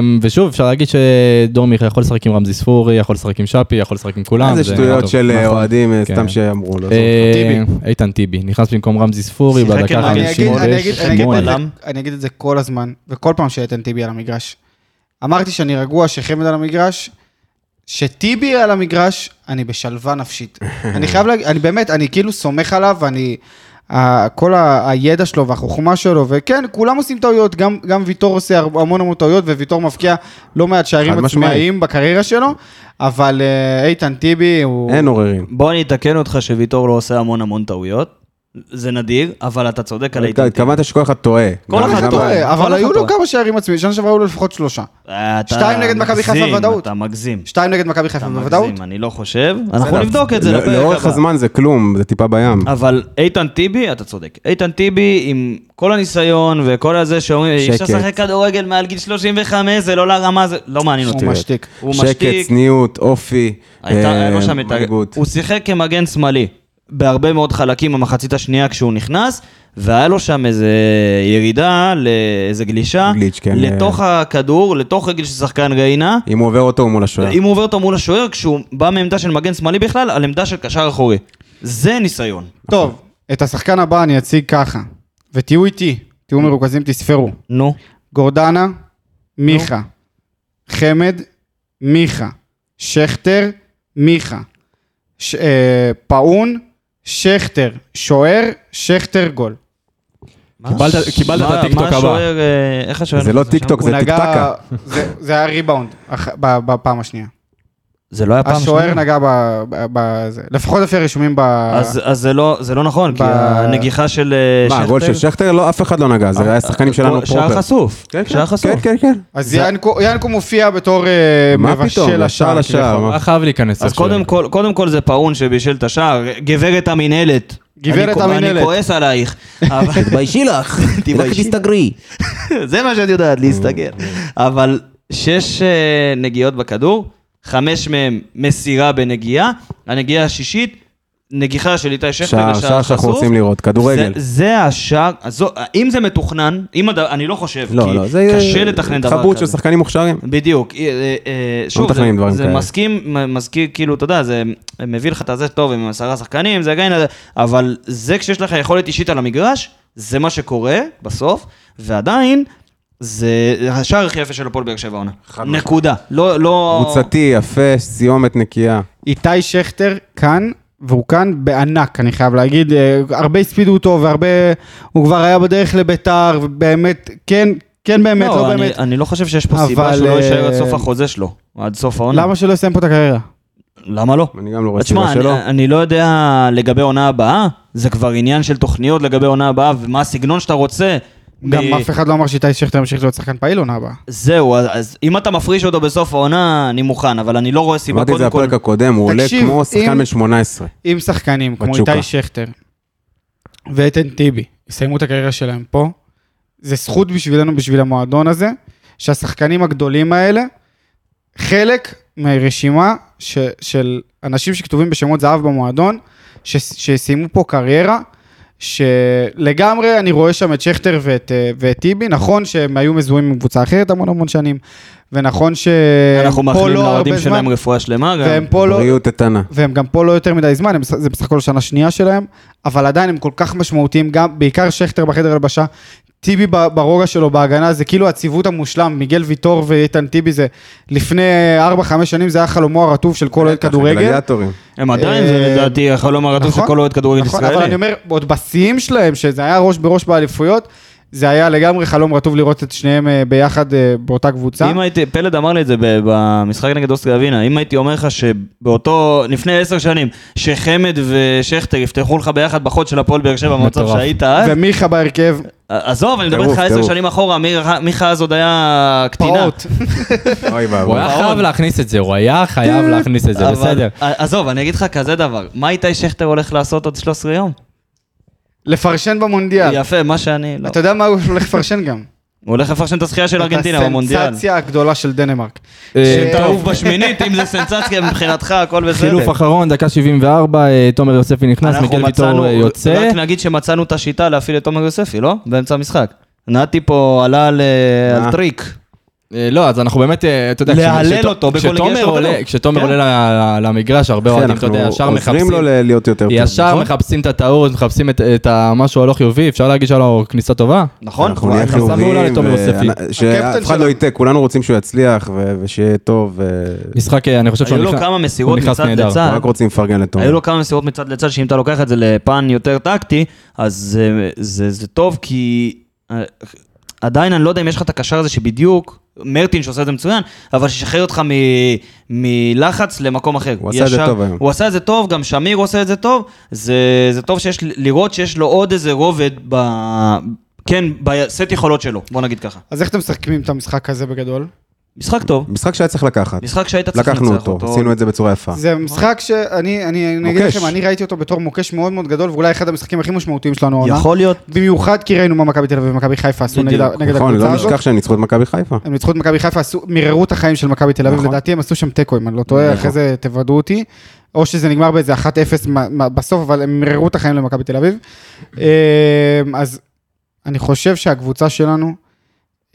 S2: אמ, ושוב, אפשר להגיד שדור מיכה יכול לשחק עם רמזי ספורי, יכול לשחק עם שפי, יכול לשחק עם כולם.
S6: איזה
S2: זה נראה
S6: שטויות
S2: טוב.
S6: של אה,
S2: נכון.
S6: אוהדים, אה,
S2: כן.
S6: סתם שאמרו לו.
S2: אה, איתן טיבי, נכנס במקום רמזי ספורי,
S1: שיחק
S2: בדקה
S1: עם-
S6: אוקיי,
S5: אני אגיד- אני
S2: 56.
S5: אגיד- אני אגיד את זה-
S1: בלם.
S5: אני אגיד את זה כל הזמן, וכל פעם שאיתן טיבי על המגרש. אמרתי שאני רגוע שחמד על המגרש, שטיבי על המגרש, אני בשלווה נפשית. אני חייב להגיד, אני באמת, אני כאילו סומך עליו, ואני... ה- כל ה- הידע שלו והחוכמה שלו, וכן, כולם עושים טעויות, גם, גם ויטור עושה הר- המון המון טעויות, וויטור מבקיע לא מעט
S6: חד
S5: שערים
S6: משמעית.
S5: עצמאיים בקריירה שלו, אבל אה, איתן טיבי הוא...
S6: אין עוררין.
S1: בוא אני אתקן אותך שוויטור לא עושה המון המון טעויות. זה נדיר, אבל אתה צודק על
S6: אתה
S1: איתן.
S6: התכוונת שכל אחד טועה.
S1: כל
S6: גם-
S1: אחד
S6: גם-
S5: אתה טועה,
S1: כל
S5: אבל היו
S1: אחד
S5: לו
S1: טועה.
S5: כמה שערים עצמיים, שנה שעברה היו לו לפחות שלושה.
S1: אתה
S5: שתיים נגד מכבי
S1: מגזים,
S5: חיפה בוודאות.
S1: אתה מגזים.
S5: שתיים נגד מכבי חיפה
S1: אתה
S5: בוודאות.
S1: מגזים, אני לא חושב. אנחנו נבדוק את זה
S6: לא-
S1: לפרק הבא.
S6: לאורך הזמן זה כלום, זה טיפה בים.
S1: אבל איתן טיבי, אתה צודק. איתן טיבי עם כל הניסיון וכל הזה שאומרים, אי אפשר
S6: שקט.
S1: לשחק כדורגל מעל גיל 35, זה לא לרמה, זה לא מעניין אותי.
S5: הוא משתיק.
S1: הוא
S6: שקט,
S1: משתיק,
S6: צניעות, אופי,
S1: הייתה, לא
S6: אה,
S1: היה לו שם את ה...
S6: מנהיגות.
S1: הוא שיחק כמגן שמאלי. בהרבה מאוד חלקים במחצית השנייה כשהוא נכנס, והיה לו שם איזה ירידה, איזה גלישה,
S6: גליץ', כן.
S1: לתוך הכדור, לתוך רגל של שחקן ריינה.
S6: אם הוא עובר אותו הוא מול השוער.
S1: אם הוא עובר אותו מול השוער, כשהוא בא מעמדה של מגן שמאלי בכלל, על עמדה של קשר אחורי. זה ניסיון.
S5: טוב, את השחקן הבא אני אציג ככה, ותהיו איתי, תהיו מרוכזים, תספרו.
S1: נו.
S5: גורדנה, מיכה. חמד, מיכה. שכטר, מיכה. ש... אה, פאון, שכטר. שוער, שכטר גול.
S2: קיבלת- קיבלת את
S1: מה-
S2: הטיקטוק
S1: מה
S2: הבא.
S1: השוער, אה, איך השוער?
S6: זה לא
S1: נכנס לשם?
S6: טיקטוק, זה
S5: הוא נגע-
S6: טיקטקה.
S5: זה- זה היה ריבאונד אח- ב- בפעם השנייה.
S1: זה לא היה פעם
S5: השוער
S1: שנייה.
S5: נגע ב- ב... בזה. לפחות לפי הרשומים ב...
S1: אז אז זה לא- זה לא נכון, כי
S5: ב-
S1: הנגיחה של אה,
S6: מה,
S1: שכטר...
S6: הגול של שכטר? לא, אף אחד לא נגע, זה היה שחקנים שלנו
S1: שער
S6: פרופר.
S1: אה, חשוף.
S6: כן, כן,
S1: שער חשוף.
S6: כן, כן, כן.
S5: אז ינקו- ינקו מופיע בתור אה,
S6: מה פתאום,
S5: מבשל
S6: ישר
S5: השער. כאילו,
S6: לשער,
S5: כביכול.
S6: מה?
S2: היה חייב להיכנס.
S1: אז
S2: לשוער.
S1: קודם כל, קודם כל זה פאון שבישל את השער, גברת המינהלת.
S5: גברת
S1: אני כ-
S5: המינהלת.
S1: אני כועס עלייך. תתביישי לך. תתביישי. תסתגרי. זה מה שאת יודעת, להסתגר. אבל שש אה, נגיעות בכדור, חמש מהן מסירה בנגיעה, הנגיעה השישית, נגיחה של איתי שכטר
S6: שער, שער
S1: לשער
S6: שאנחנו
S1: חשוף.
S6: רוצים לראות, כדורגל.
S1: זה, זה השער, אז זו- אם זה מתוכנן, אם הד... אני לא חושב,
S6: לא,
S1: כי
S6: לא, זה
S1: קשה לתכנן דבר כזה.
S6: התחברות של שחקנים מוכשרים.
S1: בדיוק, אה, אה, אה, שוב, זה,
S6: מתכננים דברים
S1: זה
S6: כאלה.
S1: מסכים, מ- מזכיר, כאילו, אתה יודע, זה מביא לך את הזה טוב עם עשרה שחקנים, זה עדיין, אבל זה כשיש לך יכולת אישית על המגרש, זה מה שקורה בסוף, ועדיין, זה השער הכי יפה של הפועל באר שבע העונה. נקודה. לא, לא...
S6: קבוצתי, יפה, סיומת נקייה.
S5: איתי שכטר כאן, והוא כאן בענק, אני חייב להגיד. אה, הרבה הספידו אותו, והרבה... הוא כבר היה בדרך לביתר, ובאמת, כן, כן באמת, לא,
S1: לא, אני,
S5: באמת.
S1: אני לא חושב שיש פה סיבה
S5: אבל,
S1: שהוא לא יישאר עד
S5: אה,
S1: סוף החוזה שלו, עד סוף העונה.
S5: למה שלא יסיים פה את הקריירה?
S1: למה לא?
S6: אני גם לא רואה
S1: תשמע,
S6: סיבה שלו.
S1: אני, אני לא יודע לגבי עונה הבאה, זה כבר עניין של תוכניות לגבי עונה הבאה ומה הסגנון שאתה רוצה.
S5: גם
S1: מ-
S5: אף אחד לא אמר שאיתי שכטר ימשיך להיות שחקן פעיל עונה הבאה.
S1: זהו, אז, אז אם אתה מפריש אותו בסוף העונה, אני מוכן, אבל אני לא רואה סיבה,
S6: אמרתי את זה
S1: קודם כל...
S6: בפרק הקודם, הוא עולה
S5: תקשיב,
S6: כמו
S5: אם-
S6: שחקן בן 18.
S5: אם שחקנים כמו
S6: מצ'וקה.
S5: איתי שכטר ואיתן טיבי יסיימו את הקריירה שלהם פה, זה זכות בשבילנו, בשביל המועדון הזה, שהשחקנים הגדולים האלה, חלק מהרשימה ש, של אנשים שכתובים בשמות זהב במועדון, ש, שסיימו פה קריירה, שלגמרי אני רואה שם את שכטר ואת, אה, ואת טיבי, נכון שהם היו מזוהים עם קבוצה אחרת המון המון שנים, ונכון שפה
S1: אנחנו מאחלים
S5: לא
S1: לאוהדים
S5: הרבה זמן,
S1: שלהם רפואה שלמה גם.
S5: והם פה לא...
S6: בריאות איתנה.
S5: והם גם פה לא יותר מדי זמן, הם, זה בסך הכל שנה שנייה שלהם, אבל עדיין הם כל כך משמעותיים, גם, בעיקר שכטר בחדר הלבשה, טיבי ב- ברוגע שלו בהגנה, זה כאילו הציוות המושלם, מיגל ויטור ואיתן טיבי זה, לפני 4-5 שנים זה היה חלומו הרטוב של כל אוהד כדורגל.
S6: גלדיאטורים.
S1: הם עדיין, זה
S5: אה,
S1: לדעתי, החלום הרטוב של
S5: נכון,
S1: כל אוהד כדורגל
S5: נכון, אבל אני
S1: ישראלי.
S5: אומר, עוד בשיאים שלהם, שזה היה ראש בראש באליפויות, זה היה לגמרי חלום רטוב לראות את שניהם אה, ביחד אה, באותה קבוצה.
S1: אם הייתי, פלד אמר לי את זה ב- במשחק נגד אוסטריה ווינה, אם הייתי אומר לך שבאותו, לפני עשר שנים, שחמד ושכטר יפתחו לך ביחד בחוד של הפועל באר שבע, במצב
S2: מטורף.
S1: שהיית אז,
S5: ומיכה בהרכב,
S1: עזוב, אני מדבר
S6: טירוף,
S1: איתך עשר
S6: טירוף.
S1: שנים אחורה, מיכה- מיכה אז עוד היה קטינה.
S5: פעוט.
S6: אוי
S2: הוא
S6: ואבוי.
S2: היה חייב להכניס את זה, הוא היה חייב להכניס את זה,
S1: נכון. אה, אבל-
S2: בסדר.
S1: עזוב, אני אגיד לך כזה דבר, מה איתי שכטר הולך לעשות עוד 13 יום?
S5: לפרשן במונדיאל.
S1: יפה, מה שאני, לא.
S5: כן. אתה יודע מה הוא הולך לפרשן גם?
S1: הוא הולך לפרשן את הזכייה של ארגנטינה במונדיאל.
S5: הסנסציה הגדולה של דנמרק.
S2: אה,
S1: שתעוף בשמינית, אם זה סנסציה מבחינתך, הכל בסדר.
S2: חילוף אחרון, דקה 74, אה, תומר יוספי נכנס,
S1: אנחנו
S2: מיגל ויטור
S1: מצאנו-
S2: אה, יוצא.
S1: רק נגיד שמצאנו את השיטה להפעיל את תומר יוספי, לא? באמצע המשחק. נתי פה עלה על
S6: מה?
S1: על טריק.
S2: אה, לא, אז אנחנו באמת, אה, אתה יודע,
S1: להלל
S2: כשתו-
S1: אותו בכל
S2: כשתומר
S1: הגיעה שאתה
S2: עולה-
S1: נותן לו.
S2: כשתומר
S1: כן.
S2: עולה ל- ל- למגרש, הרבה
S6: אחי,
S2: אוהדים, אתה
S6: כן, אנחנו
S2: יודע, ישר
S6: עוזרים
S2: מחפשים.
S6: לו ל- להיות יותר טוב.
S2: ישר מחפשים את הטעות, מחפשים את- את ה- משהו הלא חיובי, אפשר להגיד שהיה לו כניסה טובה?
S1: נכון?
S6: אנחנו נהיה אה,
S2: חסם מעולה
S6: חיובים,
S2: לתומר יוספי.
S6: ו- שאף
S5: הקפטן
S6: אחד
S5: שלנו.
S6: לא יטעה, כולנו רוצים שהוא יצליח ו- ושיהיה טוב. ו-
S2: משחק, אה, אני חושב שהוא
S1: היו לו
S2: נכנס-
S1: כמה
S2: הוא
S1: מסירות
S2: נכנס
S1: מצד
S2: נהדר.
S1: לצד.
S6: רק רוצים לפרגן לתומר.
S1: היו לו כמה מסירות מצד לצד, שאם אתה לוקח את זה לפן יותר טקטי, אז זה, זה, זה טוב, כי אה, עדיין אני לא יודע אם יש לך את הקשר הזה שבדיוק, מרטין שעושה את זה מצוין, אבל ששחרר אותך מ, מלחץ למקום אחר.
S6: הוא עשה את זה טוב היום.
S1: הוא עשה את זה טוב, גם שמיר עושה את זה טוב. זה, זה טוב שיש, לראות שיש לו עוד איזה רובד ב... כן, בסט יכולות שלו, בוא נגיד ככה.
S5: אז איך אתם מסכמים את המשחק הזה בגדול?
S1: משחק טוב.
S6: משחק שהיה צריך לקחת.
S1: משחק שהיית צריך לנצח
S6: לקחנו
S1: אותו.
S6: אותו, עשינו את זה בצורה
S1: אה.
S6: יפה.
S5: זה משחק שאני, אני, אני אגיד
S6: מוקש.
S5: לכם, אני ראיתי אותו בתור מוקש מאוד מאוד גדול, ואולי אחד המשחקים הכי משמעותיים שלנו העונה.
S1: יכול להיות.
S5: במיוחד כי ראינו מה מכבי תל אביב ומכבי חיפה עשו נגד ה-
S1: בדיוק.
S5: נגד
S6: נכון,
S5: הקבוצה
S6: לא
S5: הזאת.
S6: נשכח שהם ניצחו את מכבי חיפה.
S5: הם ניצחו את מכבי חיפה, עשו- מיררו את החיים של מכבי תל אביב,
S6: נכון.
S5: לדעתי הם עשו שם תיקו, אם אני לא טועה,
S6: נכון.
S5: אחרי זה תוודאו אותי. או שזה נגמר באיזה 1-0 מה- מה- בסוף, אבל הם מיררו את החיים למכבי תל אביב. אמ, אז אני חושב שהקבוצה שלנו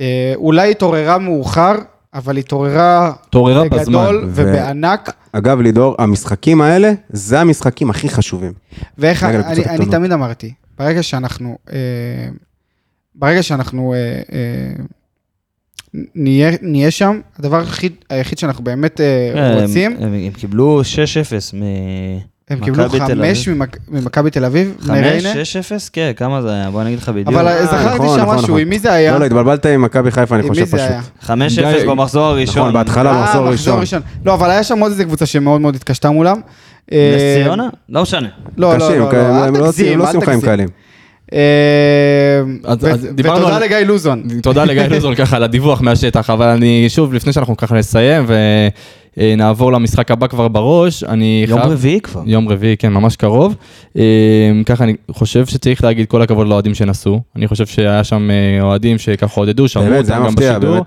S5: אה, אולי התעוררה מאוחר, אבל התעוררה
S2: התעוררה בזמן.
S5: בגדול
S6: לא ו-
S5: ובענק.
S6: אגב, לידור, המשחקים האלה, זה המשחקים הכי חשובים.
S5: ואיך,
S6: רגע,
S5: אני,
S6: לקבוצות
S5: אני
S6: קטנות.
S5: תמיד אמרתי, ברגע שאנחנו, אה, ברגע שאנחנו אה, אה, נהיה, נהיה שם, הדבר היחיד, היחיד שאנחנו באמת אה,
S2: כן,
S1: הם-
S5: רוצים,
S1: הם הם קיבלו 6-0 מ...
S5: הם קיבלו
S1: מכבי תל
S5: חמש ממק- ממכבי תל אביב,
S1: 5-6-0?
S5: מריינה,
S1: כן, כמה זה היה? בוא אני אגיד לך בדיוק.
S5: אבל
S6: אה,
S5: זכרתי
S6: נכון,
S5: שם
S6: נכון,
S5: משהו,
S6: נכון.
S5: עם מי זה היה?
S6: לא, לא, התבלבלת עם מכבי חיפה, אני
S5: עם
S6: חושב
S5: מי זה
S6: פשוט.
S5: היה?
S1: 5-0
S2: די-
S1: במחזור הראשון.
S6: נכון, בהתחלה
S5: אה,
S6: במחזור
S5: מחזור
S6: הראשון.
S5: לא, אבל היה שם עוד איזה קבוצה שמאוד מאוד התקשתה מולם.
S1: נס
S5: אה,
S1: ציונה? לא משנה.
S5: לא, לא,
S6: קשים,
S5: לא,
S6: כן,
S5: לא,
S6: הם
S5: אל
S6: לא עושים
S5: תגזים,
S6: לא
S5: אל
S6: עושים חיים
S5: תגזים.
S6: קלים.
S5: אה,
S2: אז-
S5: ו-
S2: אז דיברנו
S5: ותודה
S2: על-
S5: לגיא לוזון.
S2: תודה לגיא לוזון ככה על הדיווח מהשטח, אבל אני שוב, לפני שאנחנו ככה נסיים ונעבור למשחק הבא כבר בראש, אני
S1: יום
S2: חייב...
S1: רביעי כבר.
S6: נכון.
S2: יום רביעי, כן, ממש קרוב. אה, ככה אני חושב שצריך להגיד כל הכבוד לאוהדים שנסעו. אני חושב שהיה שם אה, אוהדים שככה עודדו, שמעו
S6: באמת, זה
S2: אותם
S6: היה
S2: גם
S6: מפתיע,
S2: בשידור.
S6: באמת.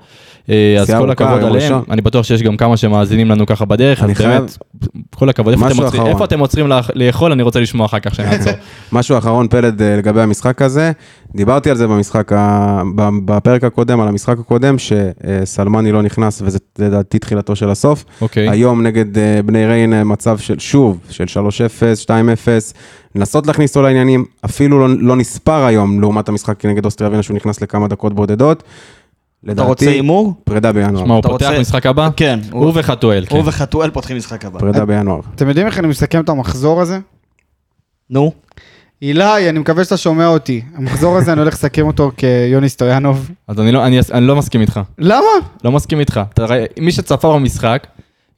S2: אה, אז
S6: נסיעה
S2: כל
S6: ארוכה,
S2: הכבוד
S6: יום
S2: עליהם.
S6: ראשון.
S2: אני בטוח שיש גם כמה שמאזינים לנו ככה בדרך,
S6: אני
S2: אז באמת, כל הכבוד. איפה
S6: משהו
S2: אתם עוצרים-
S6: אחרון.
S2: איפה אתם עוצרים לאכ- לאכול? אני רוצה לשמוע אחר כך שנעצור.
S6: משהו אחרון, פלד, אה, לגבי המשחק הזה, דיברתי על זה במשחק, ה- ב- בפרק הקודם, על המשחק הקודם, שסלמני לא נכנס, וזה לדעתי תחילתו של הסוף.
S2: אוקיי.
S6: היום נגד אה, בני ריינה מצב של, שוב, של 3-0, 2-0, לנסות להכניס אותו לעניינים, אפילו לא, לא נספר היום לעומת המשחק נגד אוסטריה ווינה, שהוא נכנס לכמה דקות בודדות.
S1: אתה רוצה
S6: לדעתי,
S1: הימור?
S6: פרידה
S2: מה,
S6: בינואר.
S2: הוא
S1: אתה
S2: פותח
S1: רוצה-
S2: משחק הבא?
S1: כן.
S2: הוא וחתואל, כן.
S1: הוא וחתואל פותחים משחק הבא.
S6: פרידה בינואר.
S5: אתם יודעים איך אני מסכם את המחזור הזה?
S1: נו.
S5: אילי, אני מקווה שאתה שומע אותי. המחזור הזה, אני הולך לסכם אותו כיוני סטויאנוב.
S2: אז אני לא- אני אני לא מסכים איתך.
S5: למה?
S2: לא מסכים איתך. אתה רואה, מי שצפה במשחק,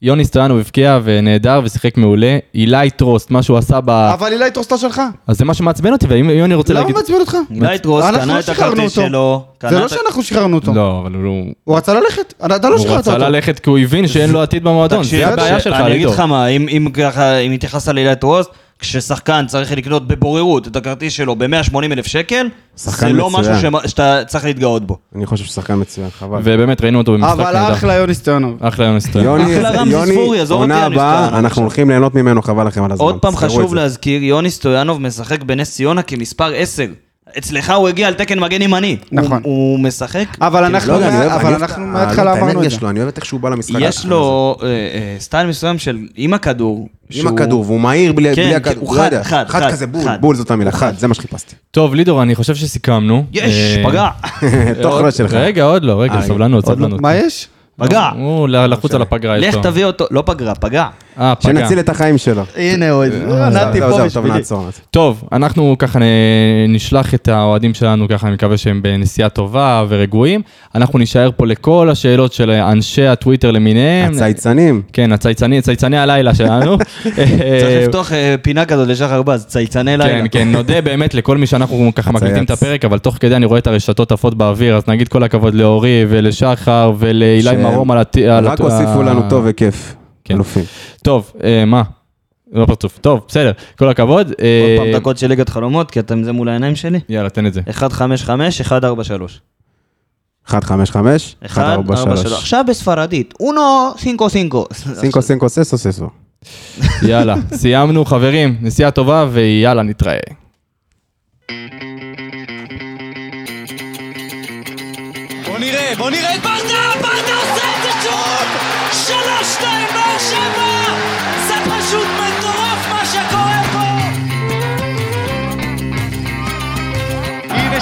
S2: יוני סטויאנו הבקיע ונהדר ושיחק מעולה. אילי טרוסט, מה שהוא עשה ב...
S5: אבל אילי טרוסטה שלך.
S2: אז זה מה שמעצבן אותי, ואם יוני רוצה
S5: למה
S2: להגיד...
S5: לא מעצבן אותך?
S1: לייטרוס
S5: אנחנו
S1: קנה
S5: לא
S1: את
S5: שחררנו
S1: הכרטיס
S5: אותו.
S1: שלו.
S5: זה
S1: קנה
S5: לא
S1: את ה-
S5: שאנחנו שחררנו אותו.
S2: לא, אבל הוא...
S5: הוא רצה ללכת. אתה אתה לא
S2: הוא
S5: שחררת
S2: רצה
S5: אותו.
S2: ללכת כי הוא הבין שאין לו עתיד במועדון,
S1: תקשיב,
S2: זה הבעיה שלך,
S1: אני אגיד
S2: לידור.
S1: לך מה, אם- אם ככה, אם התייחסת ללייטרוס, כששחקן צריך לקנות בבוררות את הכרטיס שלו ב-180 אלף שקל,
S6: שחקן
S1: זה לא
S6: מצוין.
S1: משהו שמה- שאתה צריך להתגאות בו.
S6: אני חושב ששחקן מצוין, חבל.
S2: ובאמת ראינו אותו במשחק
S5: אבל
S2: נהדר.
S5: אחלה יוני סטויאנוב.
S2: אחלה יוני סטויאנו.
S6: יוני,
S1: אחלה רמזי ספורי,
S6: יוני,
S1: עזוב אותי,
S6: עונה
S1: אני
S6: הבאה,
S1: סתם.
S6: אנחנו הולכים ליהנות ממנו, חבל לכם על הזמן.
S1: עוד פעם
S6: תזכרו את
S1: חשוב
S6: זה.
S1: להזכיר, יוני סטויאנוב משחק בנס ציונה כמספר 10. אצלך הוא הגיע על תקן מגן ימני.
S5: נכון.
S1: הוא, הוא משחק.
S5: אבל
S1: כאילו,
S5: אנחנו-
S6: לא יודע, אני אוהב-
S5: אבל
S6: אני אוהב
S5: אנחנו
S6: את ה-
S5: מההתחלה
S6: לא יודע, את
S5: אמרנו
S6: האנרגיה
S5: את זה.
S6: שלו, אני אוהב איך שהוא בא למשחק.
S1: יש לו אה, אה, סטייל מסוים של עם הכדור.
S6: עם הכדור, והוא מהיר בלי
S1: כן,
S6: בלי
S1: כן,
S6: הכדור.
S1: הוא
S6: לא
S1: חד,
S6: יודע,
S1: חד,
S6: חד
S1: חד,
S6: כזה בול,
S1: חד.
S6: בול זאת המילה, חד, זה מה שחיפשתי.
S2: טוב, לידור, אני חושב שסיכמנו.
S1: יש,
S2: אה,
S1: פגע.
S6: תוך
S2: עוד-
S6: רע שלך.
S2: רגע, עוד לא, רגע,
S6: אה,
S2: סבלנות,
S6: עוד לא.
S2: סבלנות.
S5: מה יש?
S1: פגע.
S2: הוא לחוץ על הפגרה. יש
S1: לך
S2: לו.
S1: תביא אותו, לא פגרה, פגע.
S2: אה, פגע.
S6: שנציל את החיים שלו.
S1: הנה הוא,
S6: עזוב, עזוב, טוב, נעצור.
S2: טוב, אנחנו ככה נ- נשלח את האוהדים שלנו, ככה אני מקווה שהם בנסיעה טובה ורגועים. אנחנו נישאר פה לכל השאלות של אנשי הטוויטר
S1: אה,
S2: למיניהם.
S6: הצייצנים.
S2: כן, הצייצני, צייצני הלילה שלנו.
S1: צריך לפתוח אה, פינה כזאת לשחר בז, צייצני לילה.
S2: כן, כן, נודה באמת לכל מי שאנחנו ככה מקליטים את
S6: הצייץ.
S2: הפרק, אבל תוך כדי אני רואה את הרשתות עפות באוויר, אז נגיד כל הכבוד לאורי ולשחר ולאילי
S6: ש-
S2: מרום על הט... על הט-
S6: רק
S1: אה,
S6: הוסיפו לנו טוב וכיף.
S2: כן.
S6: אלופים.
S2: טוב, אה, מה? לא פרצוף. טוב, בסדר, כל הכבוד.
S1: עוד
S2: אה,
S1: פעם דקות של ליגת חלומות, כי אתם זה מול העיניים שלי.
S2: יאללה, תן את זה.
S1: 155, 143.
S6: 155,
S1: 143.
S6: 143.
S1: עכשיו בספרדית, אונו, סינקו סינקו.
S6: סינקו סינקו ססו ססו.
S2: יאללה, סיימנו חברים, נסיעה טובה ויאללה נתראה.
S4: בוא נראה, בוא נראה את ברדה, ברדה עושה את זה שוב! שלוש, שתיים, באר שבע! זה פשוט מטורף מה שקורה פה!
S3: הנה